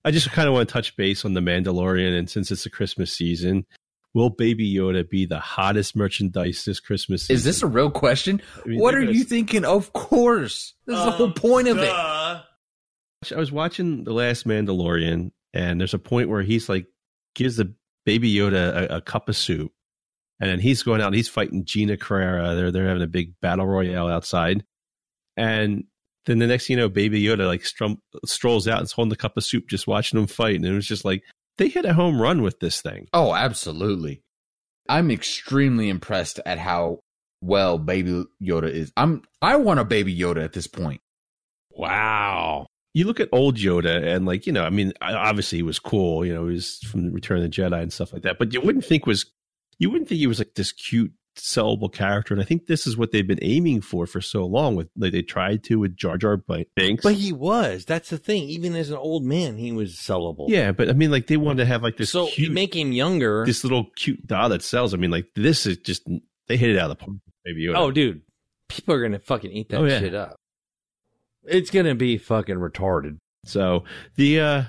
[SPEAKER 1] I just kind of want to touch base on the Mandalorian, and since it's the Christmas season, will Baby Yoda be the hottest merchandise this Christmas? Season?
[SPEAKER 3] Is this a real question?
[SPEAKER 1] I mean,
[SPEAKER 3] what are
[SPEAKER 1] look at
[SPEAKER 3] you
[SPEAKER 1] this.
[SPEAKER 3] thinking? Of course, this is the whole point of it.
[SPEAKER 1] I was watching the last Mandalorian, and there's a point where he's like gives the Baby Yoda a, a cup of soup, and then he's going out and he's fighting Gina Carrera. They're they're having a big battle royale outside, and then the next thing you know, Baby Yoda like strum, strolls out and is holding the cup of soup, just watching them fight, and it was just like they hit a home run with this thing.
[SPEAKER 3] Oh, absolutely. I'm extremely impressed at how well Baby Yoda is. I'm I want a Baby Yoda at this point.
[SPEAKER 2] Wow.
[SPEAKER 1] you look at old Yoda and like you know, I mean, I- obviously he was cool, you know, he was from Return of the Jedi and stuff like that. But you wouldn't think was you wouldn't think he was like this cute, sellable character. And I think this is what they've been aiming for for so long. With like they tried to with Jar Jar Bin- Binks,
[SPEAKER 2] But he was. That's the thing. Even as an old man, he was sellable.
[SPEAKER 1] yeah, but I mean, like they wanted to have like this
[SPEAKER 2] So you
[SPEAKER 1] cute,
[SPEAKER 2] make him younger.
[SPEAKER 1] this little cute doll that sells. I mean, like this is just they hit it out of the park, baby Yoda.
[SPEAKER 2] Oh, dude, people are gonna fucking eat that
[SPEAKER 1] Oh, yeah.
[SPEAKER 2] shit up. It's gonna be fucking retarded.
[SPEAKER 1] So the uh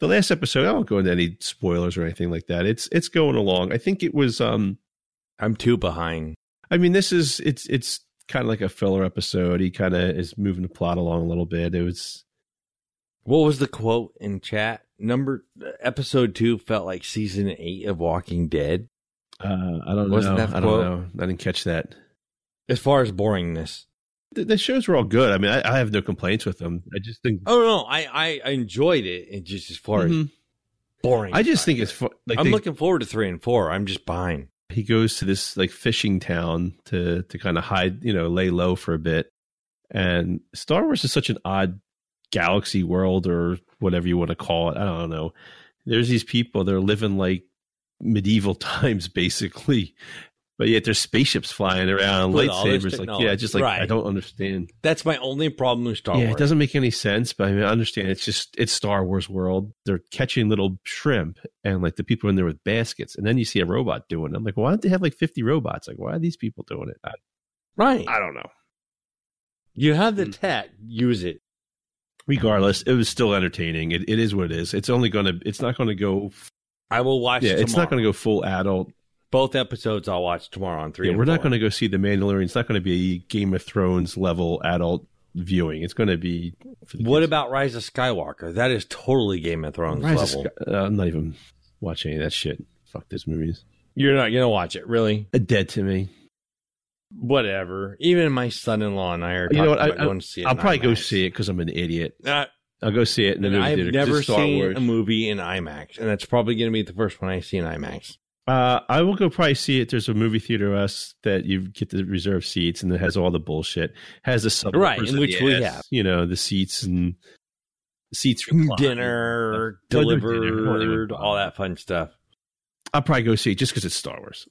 [SPEAKER 1] the last episode, I won't go into any spoilers or anything like that. It's it's going along. I think it was um
[SPEAKER 2] I'm too behind.
[SPEAKER 1] I mean, this is it's it's kind of like a filler episode. He kind of is moving the plot along a little bit. It was
[SPEAKER 2] What was the quote in chat? Number episode two felt like season eight of Walking Dead
[SPEAKER 1] Uh, I don't
[SPEAKER 2] Wasn't
[SPEAKER 1] know.
[SPEAKER 2] that
[SPEAKER 1] I
[SPEAKER 2] quote-
[SPEAKER 1] don't know. I didn't catch that.
[SPEAKER 2] as far as boringness.
[SPEAKER 1] The, the shows were all good. I mean, I, I have no complaints with them. I just think
[SPEAKER 2] Oh no, I I I enjoyed it. It just as far as
[SPEAKER 1] Mhm.
[SPEAKER 2] boring.
[SPEAKER 1] I just think it's fu- like
[SPEAKER 2] I'm
[SPEAKER 1] they-
[SPEAKER 2] looking forward to three and four. I'm just behind.
[SPEAKER 1] he goes to this like fishing town to to kind of hide, you know, lay low for a bit. And Star Wars is such an odd galaxy world or whatever you want to call it. I don't know. There's these people they're living like medieval times basically. But yet there's spaceships flying around,
[SPEAKER 2] With all this
[SPEAKER 1] lightsabers. Like, yeah,
[SPEAKER 2] technology.
[SPEAKER 1] just like I
[SPEAKER 2] Right.
[SPEAKER 1] don't understand.
[SPEAKER 2] That's my only problem with Star
[SPEAKER 1] yeah,
[SPEAKER 2] Wars.
[SPEAKER 1] it doesn't make any sense, but I mean, I understand. It's just it's Star Wars world. They're catching little shrimp, and like the people are in there with baskets, and then you see a robot doing. it. I'm like, why don't they have like 50 robots? Like, why are these people doing it? I,
[SPEAKER 2] right.
[SPEAKER 1] I don't know.
[SPEAKER 2] You have the
[SPEAKER 1] Mm.
[SPEAKER 2] tech, use it.
[SPEAKER 1] Regardless, it was still entertaining. It, it is what it is. It's only gonna. It's not gonna go.
[SPEAKER 2] I will watch.
[SPEAKER 1] Yeah,
[SPEAKER 2] tomorrow.
[SPEAKER 1] it's not gonna go full adult.
[SPEAKER 2] Both episodes I'll watch tomorrow on three.
[SPEAKER 1] Yeah,
[SPEAKER 2] and
[SPEAKER 1] we're not
[SPEAKER 2] four.
[SPEAKER 1] gonna go see the Mandalorian. It's not gonna be Game of Thrones level adult viewing. It's gonna be. For the
[SPEAKER 2] What
[SPEAKER 1] kids.
[SPEAKER 2] about Rise of Skywalker? That is totally Game of Thrones
[SPEAKER 1] Rise of
[SPEAKER 2] level.
[SPEAKER 1] Sky- uh, I'm not even watching any of that shit. Fuck these movies.
[SPEAKER 2] You're not gonna watch it, really?
[SPEAKER 1] Uh, Dead to me.
[SPEAKER 2] Whatever. Even my son-in-law and I are.
[SPEAKER 1] You know what?
[SPEAKER 2] talking
[SPEAKER 1] I,
[SPEAKER 2] about going to see it
[SPEAKER 1] will
[SPEAKER 2] in
[SPEAKER 1] probably go
[SPEAKER 2] IMAX.
[SPEAKER 1] see it because I'm an idiot.
[SPEAKER 2] Uh,
[SPEAKER 1] I'll go see it in the movie
[SPEAKER 2] I've
[SPEAKER 1] theater 'cause
[SPEAKER 2] never
[SPEAKER 1] it's Star
[SPEAKER 2] seen
[SPEAKER 1] Wars.
[SPEAKER 2] a movie in IMAX, and that's probably going to be the first one I see in IMAX.
[SPEAKER 1] Uh, I will go probably see it. There's a movie theater us that you get the reserve seats and it has all the bullshit. Has the sub
[SPEAKER 2] Right, in which we have.
[SPEAKER 1] you know the seats and seats recline.
[SPEAKER 2] Dinner,
[SPEAKER 1] Well, no dinner.
[SPEAKER 2] delivered, all that fun stuff.
[SPEAKER 1] I'll probably go see it just because it's Star Wars.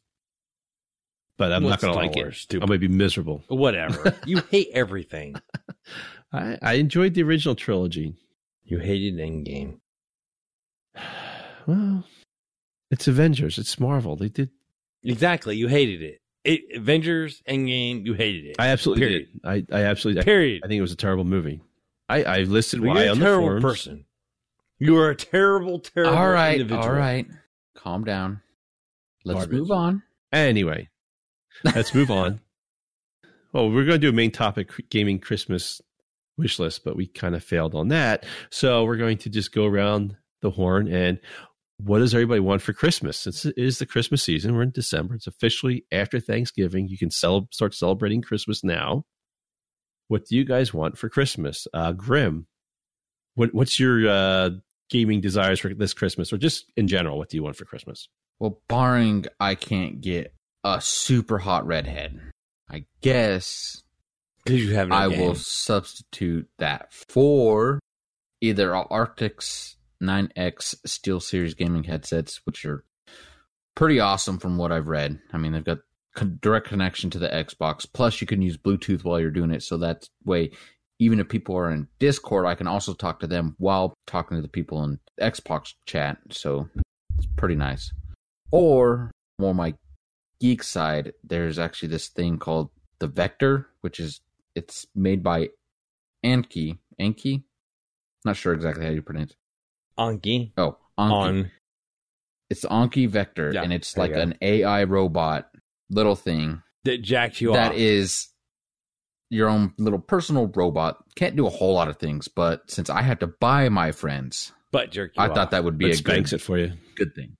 [SPEAKER 1] But I'm
[SPEAKER 2] What's
[SPEAKER 1] not
[SPEAKER 2] Star
[SPEAKER 1] going to like
[SPEAKER 2] Wars,
[SPEAKER 1] it.
[SPEAKER 2] stupid?
[SPEAKER 1] I'm going to be miserable.
[SPEAKER 2] Whatever. you hate everything.
[SPEAKER 1] I, I enjoyed the original trilogy.
[SPEAKER 2] You hated Endgame.
[SPEAKER 1] Well, it's Avengers. It's Marvel. They did
[SPEAKER 2] Exactly. You hated it. it Avengers, Endgame, you hated it.
[SPEAKER 1] I absolutely
[SPEAKER 2] Period.
[SPEAKER 1] did. I, I absolutely. I,
[SPEAKER 2] Period.
[SPEAKER 1] I think it was a terrible movie. I, I listed
[SPEAKER 2] You're
[SPEAKER 1] why
[SPEAKER 2] a
[SPEAKER 1] on
[SPEAKER 2] terrible
[SPEAKER 1] the forums.
[SPEAKER 2] person. You are a terrible, terrible
[SPEAKER 3] all right,
[SPEAKER 2] individual.
[SPEAKER 3] all right. Calm down. Let's
[SPEAKER 1] Garbage.
[SPEAKER 3] move on.
[SPEAKER 1] Anyway, let's move on. Well, we're going to do a main topic gaming Christmas wish list, but we kind of failed on that. So we're going to just go around the horn and what does everybody want for Christmas? Since it is the Christmas season, we're in December. It's officially after Thanksgiving. You can cel- start celebrating Christmas now. What do you guys want for Christmas? Uh, Grim, what, what's your uh, gaming desires for this Christmas, or just in general? What do you want for Christmas?
[SPEAKER 3] Well, barring I can't get a super hot redhead, I guess
[SPEAKER 2] Because you have no
[SPEAKER 3] I
[SPEAKER 2] game.
[SPEAKER 3] will substitute that for either our Arctic's 9X Steel Series gaming headsets, which are pretty awesome from what I've read. I mean, they've got con- direct connection to the Xbox. Plus, you can use Bluetooth while you're doing it. So that way, even if people are in Discord, I can also talk to them while talking to the people in Xbox chat. So it's pretty nice. Or more my geek side, there's actually this thing called the Vector, which is it's made by Anki. Anki? Not sure exactly how you pronounce it.
[SPEAKER 2] Anki.
[SPEAKER 3] Oh, Anki.
[SPEAKER 2] On.
[SPEAKER 3] It's Anki Vector,
[SPEAKER 2] Yeah,
[SPEAKER 3] and it's
[SPEAKER 2] there you
[SPEAKER 3] like
[SPEAKER 2] go.
[SPEAKER 3] an AI robot little thing
[SPEAKER 2] That jacked you
[SPEAKER 3] that
[SPEAKER 2] off.
[SPEAKER 3] is your own little personal robot. Can't do a whole lot of things, but since I had to buy my friends,
[SPEAKER 2] butt jerk you
[SPEAKER 3] I
[SPEAKER 2] off.
[SPEAKER 3] thought that would be
[SPEAKER 1] It
[SPEAKER 3] a good,
[SPEAKER 1] spanks it for you.
[SPEAKER 3] good thing.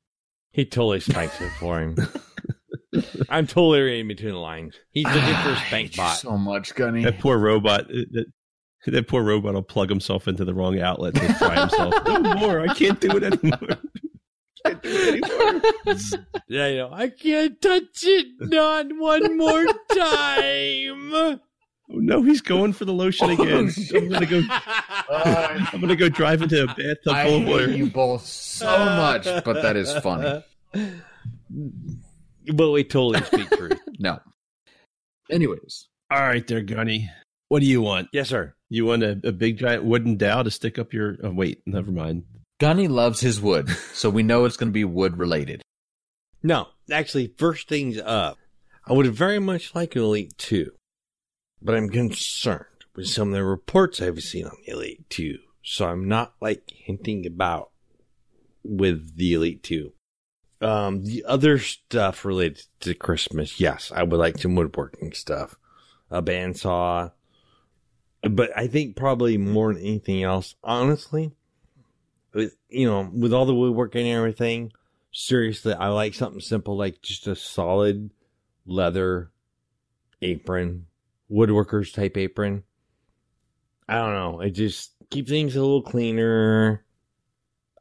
[SPEAKER 2] He totally spanked it for him. I'm totally reading between the lines. He's looking for a
[SPEAKER 3] I hate
[SPEAKER 2] spank
[SPEAKER 3] you
[SPEAKER 2] bot.
[SPEAKER 3] Ah, so much, Gunny.
[SPEAKER 1] That poor robot. uh, That, that poor robot will plug himself into the wrong outlet to fry himself. no more. I can't do it anymore. can't do it anymore.
[SPEAKER 2] yeah, you know, I can't touch it. Not one more time.
[SPEAKER 1] Oh, no, he's going for the lotion again. I'm gonna go. I'm gonna go drive into a bathtub full
[SPEAKER 3] I
[SPEAKER 1] of water.
[SPEAKER 3] hate you both so much, but that is funny.
[SPEAKER 2] But we totally speak truth.
[SPEAKER 3] No. Anyways,
[SPEAKER 1] All right, there, Gunny. What do you want?
[SPEAKER 2] yes, sir.
[SPEAKER 1] You want a, a big giant wooden dowel to stick up your? Oh, wait, never mind.
[SPEAKER 3] Gunny loves his wood, so we know it's going to be wood related.
[SPEAKER 2] No, actually, first things up. I would very much like an Elite 2, but I'm concerned with some of the reports I've seen on the Elite 2, so I'm not like hinting about with the Elite 2. Um, the other stuff related to Christmas, yes, I would like some woodworking stuff, a bandsaw, but I think probably more than anything else, honestly, with, you know, with all the woodwork and everything, seriously, I like something simple like just a solid leather apron, woodworkers type apron. I don't know. It just keeps things a little cleaner.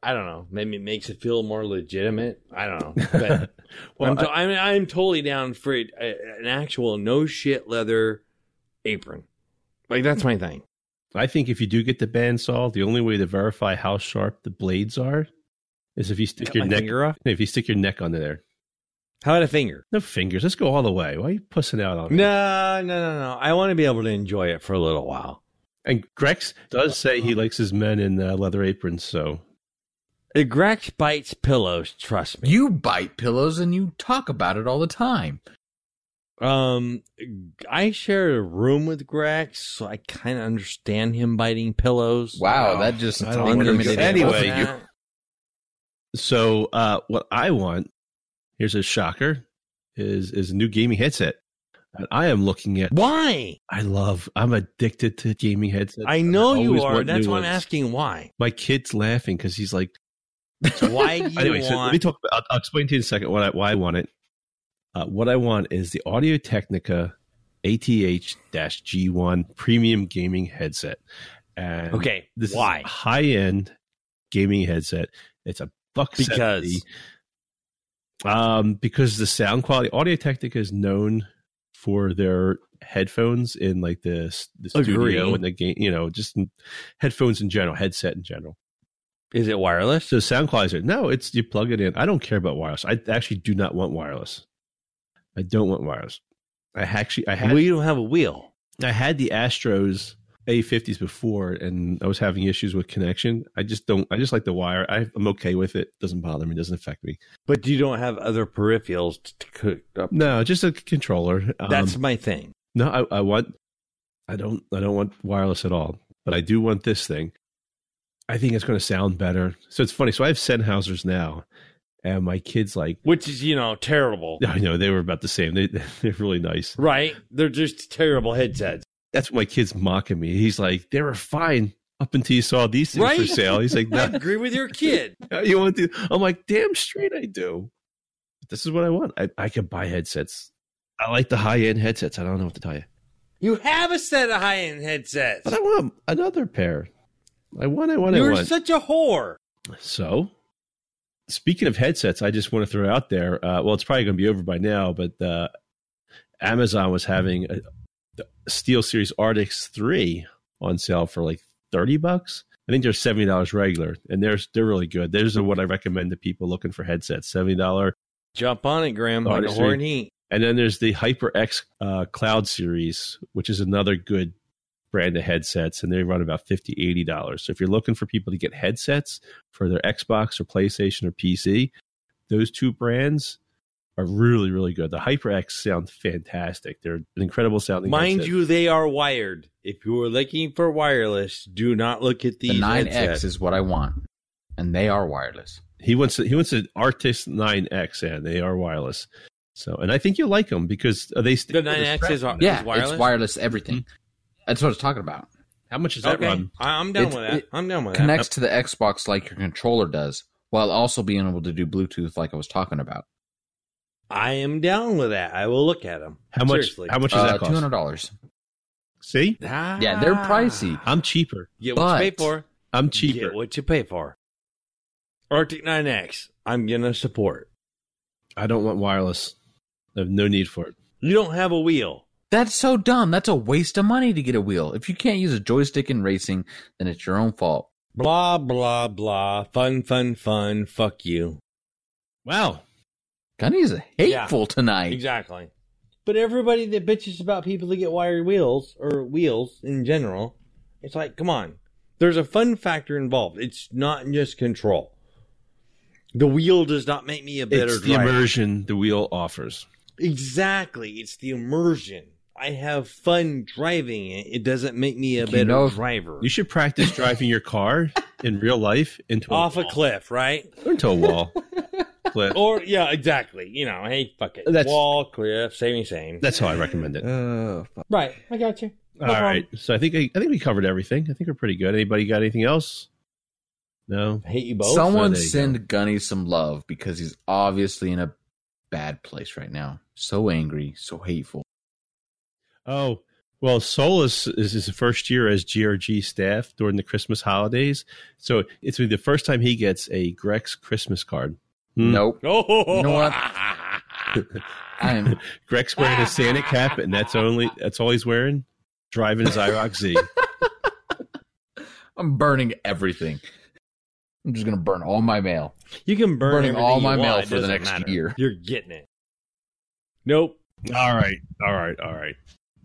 [SPEAKER 2] I don't know. Maybe it makes it feel more legitimate. I don't know. But
[SPEAKER 1] Well,
[SPEAKER 2] I'm, to-
[SPEAKER 1] I-
[SPEAKER 2] I, mean, I'm totally down for it, a, an actual no shit leather apron. Like that's my thing.
[SPEAKER 1] I think if you do get the bandsaw, the only way to verify how sharp the blades are is if you stick
[SPEAKER 2] Cut
[SPEAKER 1] your
[SPEAKER 2] my
[SPEAKER 1] neck.
[SPEAKER 2] finger off.
[SPEAKER 1] If you stick your neck under there,
[SPEAKER 2] How about a finger?
[SPEAKER 1] no fingers. Let's go all the way. Why are you pussing out on me?
[SPEAKER 2] No, no, no, no. I want to be able to enjoy it for a little while.
[SPEAKER 1] And Grex does say he likes his men in uh, leather aprons. So
[SPEAKER 2] If Grex bites pillows, trust me.
[SPEAKER 3] You bite pillows and you talk about it all the time.
[SPEAKER 2] Um, I shared a room with Grex, so I kind of understand him biting pillows.
[SPEAKER 3] Wow,
[SPEAKER 1] Wow.
[SPEAKER 3] that just
[SPEAKER 1] I don't wanna
[SPEAKER 3] incriminated
[SPEAKER 1] go- Anyway,
[SPEAKER 3] both of
[SPEAKER 1] you- So uh, what I want here's a shocker is is a new gaming headset. And I am looking at.
[SPEAKER 2] Why?
[SPEAKER 1] I love. I'm addicted to gaming headsets.
[SPEAKER 2] I know you
[SPEAKER 1] always
[SPEAKER 2] are.
[SPEAKER 1] want
[SPEAKER 2] That's
[SPEAKER 1] new
[SPEAKER 2] why I'm
[SPEAKER 1] ones.
[SPEAKER 2] asking why.
[SPEAKER 1] My kid's laughing because he's like.
[SPEAKER 2] Why do you
[SPEAKER 1] Anyway, so let me
[SPEAKER 2] want?
[SPEAKER 1] talk. About, I'll, I'll explain to you in a second what I, why I want it. Uh, what I want is the Audio Technica ATH-G1 premium gaming headset. And
[SPEAKER 2] okay,
[SPEAKER 1] this
[SPEAKER 2] why?
[SPEAKER 1] high end gaming headset. It's a buck
[SPEAKER 2] Because-
[SPEAKER 1] 70. um because the sound quality Audio Technica is known for their headphones in like the, s- the studio
[SPEAKER 2] Agree.
[SPEAKER 1] and the game you know just in- headphones in general headset in general
[SPEAKER 2] Is it wireless?
[SPEAKER 1] so sound quality no it's you plug it in I don't care about wireless I actually do not want wireless I don't want wireless I actually I had
[SPEAKER 2] we don't have a wheel.
[SPEAKER 1] I had the Astros A50s before, and I was having issues with connection. I just don't. I just like the wire. I, I'm okay with it. Doesn't bother me. Doesn't affect me.
[SPEAKER 2] But you don't have other peripherals to, to cook up.
[SPEAKER 1] No, just a controller. Um,
[SPEAKER 2] That's my thing.
[SPEAKER 1] no. I, I want. I don't. I don't want wireless at all. But I do want this thing. I think it's going to sound better. So it's funny. So I have Sennheisers now, and my kids like.
[SPEAKER 2] Which is, you know, terrible.
[SPEAKER 1] I know they were about the same. They they're really nice.
[SPEAKER 2] Right? They're just terrible headsets.
[SPEAKER 1] That's what my kids mocking me. He's like, they were fine up until you saw these things for
[SPEAKER 2] Right?
[SPEAKER 1] sale. He's like,
[SPEAKER 2] I
[SPEAKER 1] no,
[SPEAKER 2] agree with your kid.
[SPEAKER 1] you want to? I'm like, damn straight I do. But this is what I want. I, I can buy headsets. I like the high end headsets. I don't know what to tell you.
[SPEAKER 2] You have a set of high end headsets.
[SPEAKER 1] But I want another pair. I want, I want, I
[SPEAKER 2] You're
[SPEAKER 1] want.
[SPEAKER 2] such a whore.
[SPEAKER 1] so, speaking of headsets, I just want to throw out there. Uh, well, it's probably going to be over by now, but uh, Amazon was having a, the Steel Series RTX 3 on sale for like 30 bucks. I think they're $70 regular, and they're, they're really good. Those are what I recommend to people looking for headsets $70
[SPEAKER 2] Jump on it, Graham,
[SPEAKER 1] Oh,
[SPEAKER 2] like a
[SPEAKER 1] I see.
[SPEAKER 2] horn heat.
[SPEAKER 1] And then there's the HyperX uh, Cloud Series, which is another good brand of headsets, and they run about $50, $80. So if you're looking for people to get headsets for their Xbox or PlayStation or PC, those two brands are really, really good. The HyperX sound fantastic. They're an incredible sounding
[SPEAKER 2] Mind
[SPEAKER 1] headset.
[SPEAKER 2] you, they are wired. If you are looking for wireless, do not look at
[SPEAKER 3] The
[SPEAKER 2] these
[SPEAKER 3] 9X
[SPEAKER 2] headsets.
[SPEAKER 3] is what I want. And they are wireless.
[SPEAKER 1] He wants he wants an Artist 9X, and they are wireless. So, and I think you'll like them because uh, they
[SPEAKER 2] The 9X is, are,
[SPEAKER 3] Yeah,
[SPEAKER 2] Oh, is wireless.
[SPEAKER 3] it's wireless everything. That's what I was talking about.
[SPEAKER 1] how much does that
[SPEAKER 2] Okay.
[SPEAKER 1] run?
[SPEAKER 2] I- I'm down
[SPEAKER 3] It's-
[SPEAKER 2] with that.
[SPEAKER 3] it
[SPEAKER 2] I'm down with that.
[SPEAKER 3] Connects to the Xbox like your controller does, while also being able to do Bluetooth like I was talking about.
[SPEAKER 2] I am down with that. I will look at them.
[SPEAKER 1] How much?
[SPEAKER 2] Seriously.
[SPEAKER 1] How much does
[SPEAKER 3] Uh,
[SPEAKER 1] that cost?
[SPEAKER 3] Two hundred dollars.
[SPEAKER 1] See,
[SPEAKER 3] Yeah, they're
[SPEAKER 2] Ah.
[SPEAKER 3] pricey.
[SPEAKER 1] I'm cheaper.
[SPEAKER 2] Get what you
[SPEAKER 3] But-
[SPEAKER 2] pay for.
[SPEAKER 1] I'm cheaper.
[SPEAKER 2] Get what you pay for. Arctic 9X, I'm going to support.
[SPEAKER 1] I don't want wireless. I have no need for it.
[SPEAKER 2] You don't have a wheel.
[SPEAKER 3] That's so dumb. That's a waste of money to get a wheel. If you can't use a joystick in racing, then it's your own fault.
[SPEAKER 2] Blah, blah, blah. Fun, fun, fun. Fuck you.
[SPEAKER 1] Wow.
[SPEAKER 3] Gunny is hateful tonight.
[SPEAKER 2] Exactly. But everybody that bitches about people that get wired wheels or wheels in general, it's like, come on. There's a fun factor involved. It's not just control. The wheel does not make me a better
[SPEAKER 1] It's the
[SPEAKER 2] driver.
[SPEAKER 1] immersion the wheel offers.
[SPEAKER 2] Exactly. It's the immersion. I have fun driving it. It doesn't make me a
[SPEAKER 3] You
[SPEAKER 2] better
[SPEAKER 3] know-
[SPEAKER 2] driver.
[SPEAKER 1] You should practice driving your car in real life into a
[SPEAKER 2] Off a
[SPEAKER 1] wall.
[SPEAKER 2] cliff, right?
[SPEAKER 1] Into a wall. Cliff.
[SPEAKER 2] Or yeah, exactly. You know, hey, fuck it.
[SPEAKER 1] That's-
[SPEAKER 2] Wall, cliff, same, same.
[SPEAKER 1] That's how I recommend it.
[SPEAKER 3] Oh, fuck.
[SPEAKER 2] right. I got you.
[SPEAKER 1] All right. So I think I, I think we covered everything. I think we're pretty good. Anybody got anything else? No.
[SPEAKER 2] I hate you both.
[SPEAKER 3] Someone
[SPEAKER 1] there you
[SPEAKER 3] send Gunny some love because he's obviously in a bad place right now. So angry, so hateful.
[SPEAKER 1] Oh, well, Solus is his first year as GRG staff during the Christmas holidays. So it's gonna be the first time he gets a Grex Christmas card. Hmm.
[SPEAKER 3] Nope.
[SPEAKER 2] oh,
[SPEAKER 3] You know what? I'm
[SPEAKER 1] Grex wearing a Santa cap, and that's only that's all he's wearing. Driving his IROC Z.
[SPEAKER 3] I'm burning everything. I'm just gonna burn all my mail.
[SPEAKER 2] you can burn
[SPEAKER 3] Burning
[SPEAKER 2] everything
[SPEAKER 3] all
[SPEAKER 2] you
[SPEAKER 3] my mail
[SPEAKER 2] want. It
[SPEAKER 3] for the
[SPEAKER 2] doesn't
[SPEAKER 3] next
[SPEAKER 2] matter.
[SPEAKER 3] year.
[SPEAKER 2] You're getting it. Nope.
[SPEAKER 1] All right. All right. All right.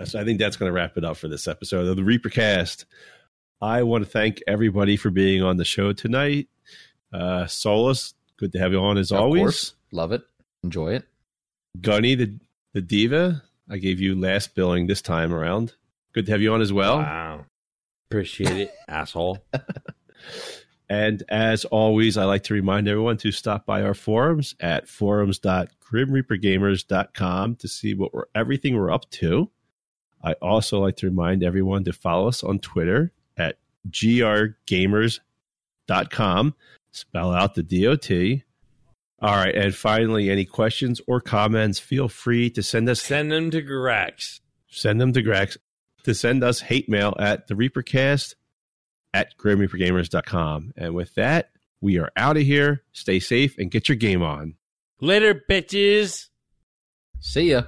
[SPEAKER 1] So I think that's going to wrap it up for this episode of the Reapercast. I want to thank everybody for being on the show tonight. Uh, Solus, good to have you on as
[SPEAKER 3] Of
[SPEAKER 1] always.
[SPEAKER 3] course. Love it. Enjoy it.
[SPEAKER 1] Gunny, the, the diva, I gave you last billing this time around. Good to have you on as
[SPEAKER 3] Oh.
[SPEAKER 1] well.
[SPEAKER 2] Wow. Appreciate it, asshole.
[SPEAKER 1] And as always, I like to remind everyone to stop by our forums at forums.grimreapergamers.com to see what we're everything we're up to. I also like to remind everyone to follow us on Twitter at grgamers.com. Spell out the DOT. All right. And finally, any questions or comments, feel free to send us
[SPEAKER 2] Send them to Grex.
[SPEAKER 1] send them to Grex to send us hate mail at the Reapercast at GrimReaperGamers.com. And with that, we are out of here. Stay safe and get your game on.
[SPEAKER 2] Later, bitches.
[SPEAKER 3] See ya.